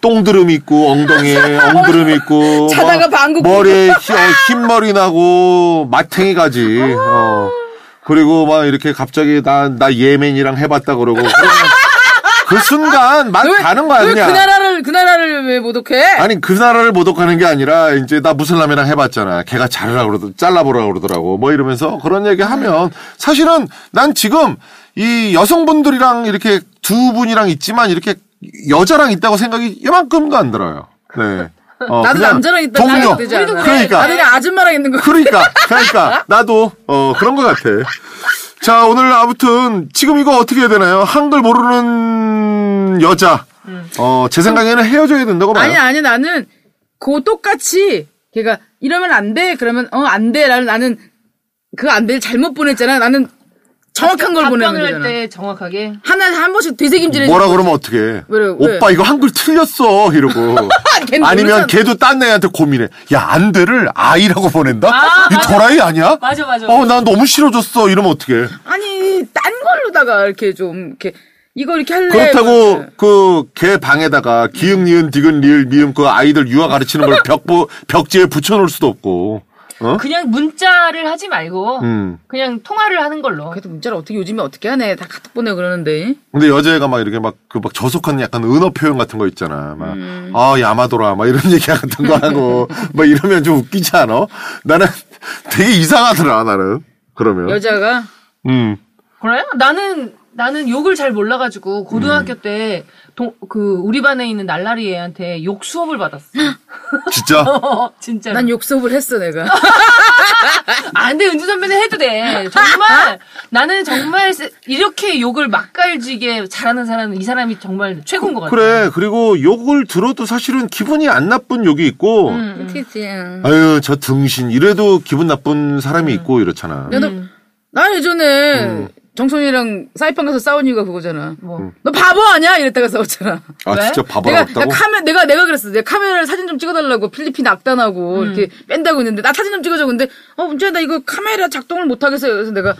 [SPEAKER 2] 똥드름 있고 엉덩이에 엉드름 있고
[SPEAKER 4] 어,
[SPEAKER 2] 뭐
[SPEAKER 4] 자다가 방구 뀌고.
[SPEAKER 2] 머리에 흰- 어, 흰머리 나고 마탱이가지.
[SPEAKER 4] 아.
[SPEAKER 2] 어. 그리고 막 이렇게 갑자기 나, 나 예멘이랑 해봤다 그러고. 그러면 그 순간 막 가는 거야,
[SPEAKER 4] 왜 그
[SPEAKER 2] 그냥.
[SPEAKER 4] 나라를 그 나라를 왜 모독해?
[SPEAKER 2] 아니, 그 나라를 모독하는 게 아니라, 이제 나 무슬람이랑 해봤잖아. 걔가 자르라 그러더, 잘라보라 그러더라고. 뭐 이러면서 그런 얘기 하면, 사실은 난 지금 이 여성분들이랑 이렇게 두 분이랑 있지만, 이렇게 여자랑 있다고 생각이 이만큼도 안 들어요. 네. 어,
[SPEAKER 4] 나도
[SPEAKER 2] 그냥
[SPEAKER 4] 남자랑 있다
[SPEAKER 2] 동료.
[SPEAKER 4] 나도 되지 않아?
[SPEAKER 2] 그러니까.
[SPEAKER 4] 나도 그냥 아줌마랑 있는 거.
[SPEAKER 2] 그러니까, 그러니까 나도 어 그런 것 같아. 자 오늘 아무튼 지금 이거 어떻게 해야 되나요? 한글 모르는 여자. 어 제 생각에는 헤어져야 된다고 봐요.
[SPEAKER 4] 음. 아니 아니 나는 그 똑같이 걔가 이러면 안 돼 그러면 어 안 돼 나는 나는 그 안 돼 잘못 보냈잖아 나는 정확한 걸 보내는
[SPEAKER 3] 답변을
[SPEAKER 4] 거잖아
[SPEAKER 3] 할 때 정확하게
[SPEAKER 4] 하나 한 번씩 되새김질해
[SPEAKER 2] 뭐라 그러면 어떻게? 해?
[SPEAKER 4] 왜?
[SPEAKER 2] 오빠 이거 한글 틀렸어 이러고.
[SPEAKER 4] 걔는 모르잖아.
[SPEAKER 2] 아니면 걔도 딴 애한테 고민해. 야 안돼를 아이라고 보낸다?
[SPEAKER 3] 아,
[SPEAKER 2] 이
[SPEAKER 3] 맞아.
[SPEAKER 2] 도라이 아니야?
[SPEAKER 3] 맞아, 맞아.
[SPEAKER 2] 어난 너무 싫어졌어 이러면 어떻게?
[SPEAKER 4] 아니 딴 걸로다가 이렇게 좀 이렇게 이거 이렇게 할래
[SPEAKER 2] 그렇다고 그 걔 방에다가 기음 니은 디귿 리을 미음 그 아이들 유아 가르치는 걸 벽보 벽지에 붙여놓을 수도 없고 어?
[SPEAKER 3] 그냥 문자를 하지 말고
[SPEAKER 2] 음.
[SPEAKER 3] 그냥 통화를 하는 걸로.
[SPEAKER 4] 그래도 문자를 어떻게 요즘에 어떻게 하네 다 카톡 보내고 그러는데
[SPEAKER 2] 근데 여자애가 막 이렇게 막 그 막 저속한 약간 은어 표현 같은 거 있잖아. 막,
[SPEAKER 4] 음.
[SPEAKER 2] 아, 야마도라. 막 이런 얘기 같은 거 하고, 막 이러면 좀 웃기지 않아? 나는 되게 이상하더라, 나는. 그러면.
[SPEAKER 4] 여자가
[SPEAKER 2] 음.
[SPEAKER 3] 그래? 나는 나는 욕을 잘 몰라가지고 고등학교
[SPEAKER 2] 음.
[SPEAKER 3] 때 그 우리 반에 있는 날라리 애한테 욕 수업을 받았어.
[SPEAKER 2] 진짜?
[SPEAKER 3] 진짜.
[SPEAKER 4] 난 욕섭을 했어 내가
[SPEAKER 3] 안돼 아, 은주 선배는 해도 돼. 정말 나는 정말 세- 이렇게 욕을 맛깔지게 잘하는 사람은 이 사람이 정말 최고인 것 같아.
[SPEAKER 2] 그래. 그리고 욕을 들어도 사실은 기분이 안 나쁜 욕이 있고,
[SPEAKER 4] 어떻게 했지
[SPEAKER 2] 아유, 저 등신. 이래도 기분 나쁜 사람이 있고 이렇잖아.
[SPEAKER 4] 야, 음. 너, 나 예전에 정선이랑 사이판 가서 싸운 이유가 그거잖아.
[SPEAKER 3] 뭐.
[SPEAKER 4] 너 바보 아니야? 이랬다가 싸웠잖아.
[SPEAKER 2] 아,
[SPEAKER 3] 왜?
[SPEAKER 2] 진짜
[SPEAKER 4] 내가,
[SPEAKER 2] 바보라
[SPEAKER 4] 내가
[SPEAKER 2] 없다고?
[SPEAKER 4] 카메, 내가, 내가 그랬어. 내가 카메라를 사진 좀 찍어달라고 필리핀 악단하고 이렇게 뺀다고 했는데, 나 사진 좀 찍어줘. 근데, 어, 문제야, 나 이거 카메라 작동을 못하겠어요. 그래서 내가,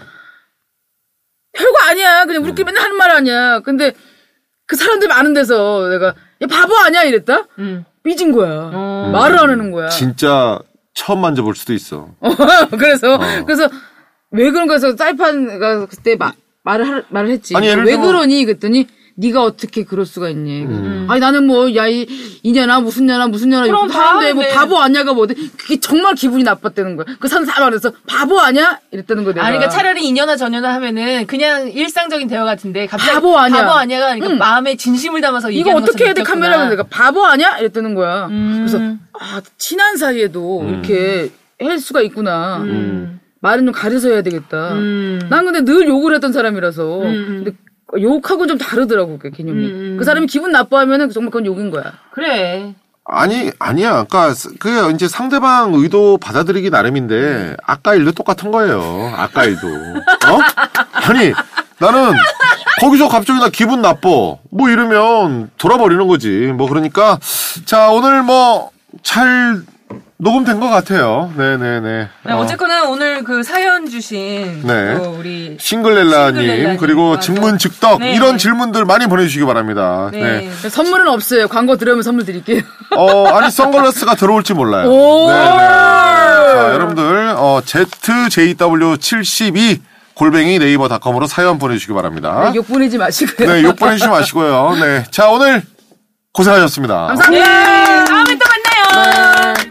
[SPEAKER 4] 별거 아니야. 그냥 우리끼리
[SPEAKER 2] 음.
[SPEAKER 4] 맨날 하는 말 아니야. 근데, 그 사람들 많은 데서 내가, 야, 바보 아니야? 이랬다?
[SPEAKER 3] 음.
[SPEAKER 4] 삐진 거야. 말을 안 하는 거야.
[SPEAKER 2] 진짜 처음 만져볼 수도 있어.
[SPEAKER 4] 그래서
[SPEAKER 2] 어.
[SPEAKER 4] 그래서 왜 그런가 해서 사이판가 그때 마- 말을 하- 말을 했지.
[SPEAKER 2] 아니, 예를
[SPEAKER 4] 왜
[SPEAKER 2] 들면- 음.
[SPEAKER 4] 그러니 그랬더니 네가 어떻게 그럴 수가 있니? 아니 나는 뭐 야이 이년아 무슨 년아 무슨 년아
[SPEAKER 3] 그럼
[SPEAKER 4] 욕도
[SPEAKER 3] 다
[SPEAKER 4] 하는데 뭐
[SPEAKER 3] 하는데.
[SPEAKER 4] 바보 아니야가 뭐든 그게 정말 기분이 나빴다는 거야. 그 사람 다 말해서 바보 아니야 이랬다는 거야. 내가.
[SPEAKER 3] 아니, 그러니까 차라리 이년아 저년아 하면은 그냥 일상적인 대화 같은데 갑자기
[SPEAKER 4] 바보 아니야.
[SPEAKER 3] 바보 아니야가 그러니까 마음에 진심을 담아서
[SPEAKER 4] 이거
[SPEAKER 3] 얘기하는
[SPEAKER 4] 어떻게 해야 돼
[SPEAKER 3] 것처럼
[SPEAKER 4] 카메라가
[SPEAKER 3] 느꼈구나. 음.
[SPEAKER 4] 내가 바보 아니야 이랬다는 거야. 그래서 아 친한 사이에도
[SPEAKER 2] 음.
[SPEAKER 4] 이렇게 할 수가 있구나.
[SPEAKER 3] 음.
[SPEAKER 4] 말은 좀 가려서 해야 되겠다. 난 근데 늘 욕을 했던 사람이라서
[SPEAKER 3] 음,
[SPEAKER 4] 근데 욕하고 좀 다르더라고 그 개념이. 그 사람이 기분 나빠하면은 정말 그건 욕인 거야.
[SPEAKER 3] 그래.
[SPEAKER 2] 아니 아니야. 그러니까 그게 이제 상대방 의도 받아들이기 나름인데 아까 일도 똑같은 거예요. 아까 일도. 어? 아니 나는 거기서 갑자기 나 기분 나빠. 뭐 이러면 돌아버리는 거지. 뭐 그러니까 자 오늘 뭐 잘 녹음된 것 같아요. 네네네.
[SPEAKER 3] 네, 어쨌거나 오늘 그 사연 주신
[SPEAKER 2] 네.
[SPEAKER 3] 그 우리
[SPEAKER 2] 싱글렐라님
[SPEAKER 3] 싱글렐라님
[SPEAKER 2] 그리고
[SPEAKER 3] 와서.
[SPEAKER 2] 직문즉덕
[SPEAKER 3] 네.
[SPEAKER 2] 이런 질문들 많이 보내주시기 바랍니다.
[SPEAKER 3] 네.
[SPEAKER 2] 네.
[SPEAKER 4] 선물은 없어요. 광고 들어오면 선물 드릴게요.
[SPEAKER 2] 어, 아니, 선글라스가 들어올지 몰라요. 네,
[SPEAKER 4] 오!
[SPEAKER 2] 자, 여러분들, 어, ZJW72 골뱅이 네이버 닷컴으로 사연 보내주시기 바랍니다.
[SPEAKER 4] 아, 욕 보내지 마시고요.
[SPEAKER 2] 어? 네, 욕 보내주시면 아시고요. 네. 자, 오늘 고생하셨습니다.
[SPEAKER 4] 감사합니다.
[SPEAKER 3] 다음에 또 만나요.
[SPEAKER 4] 네.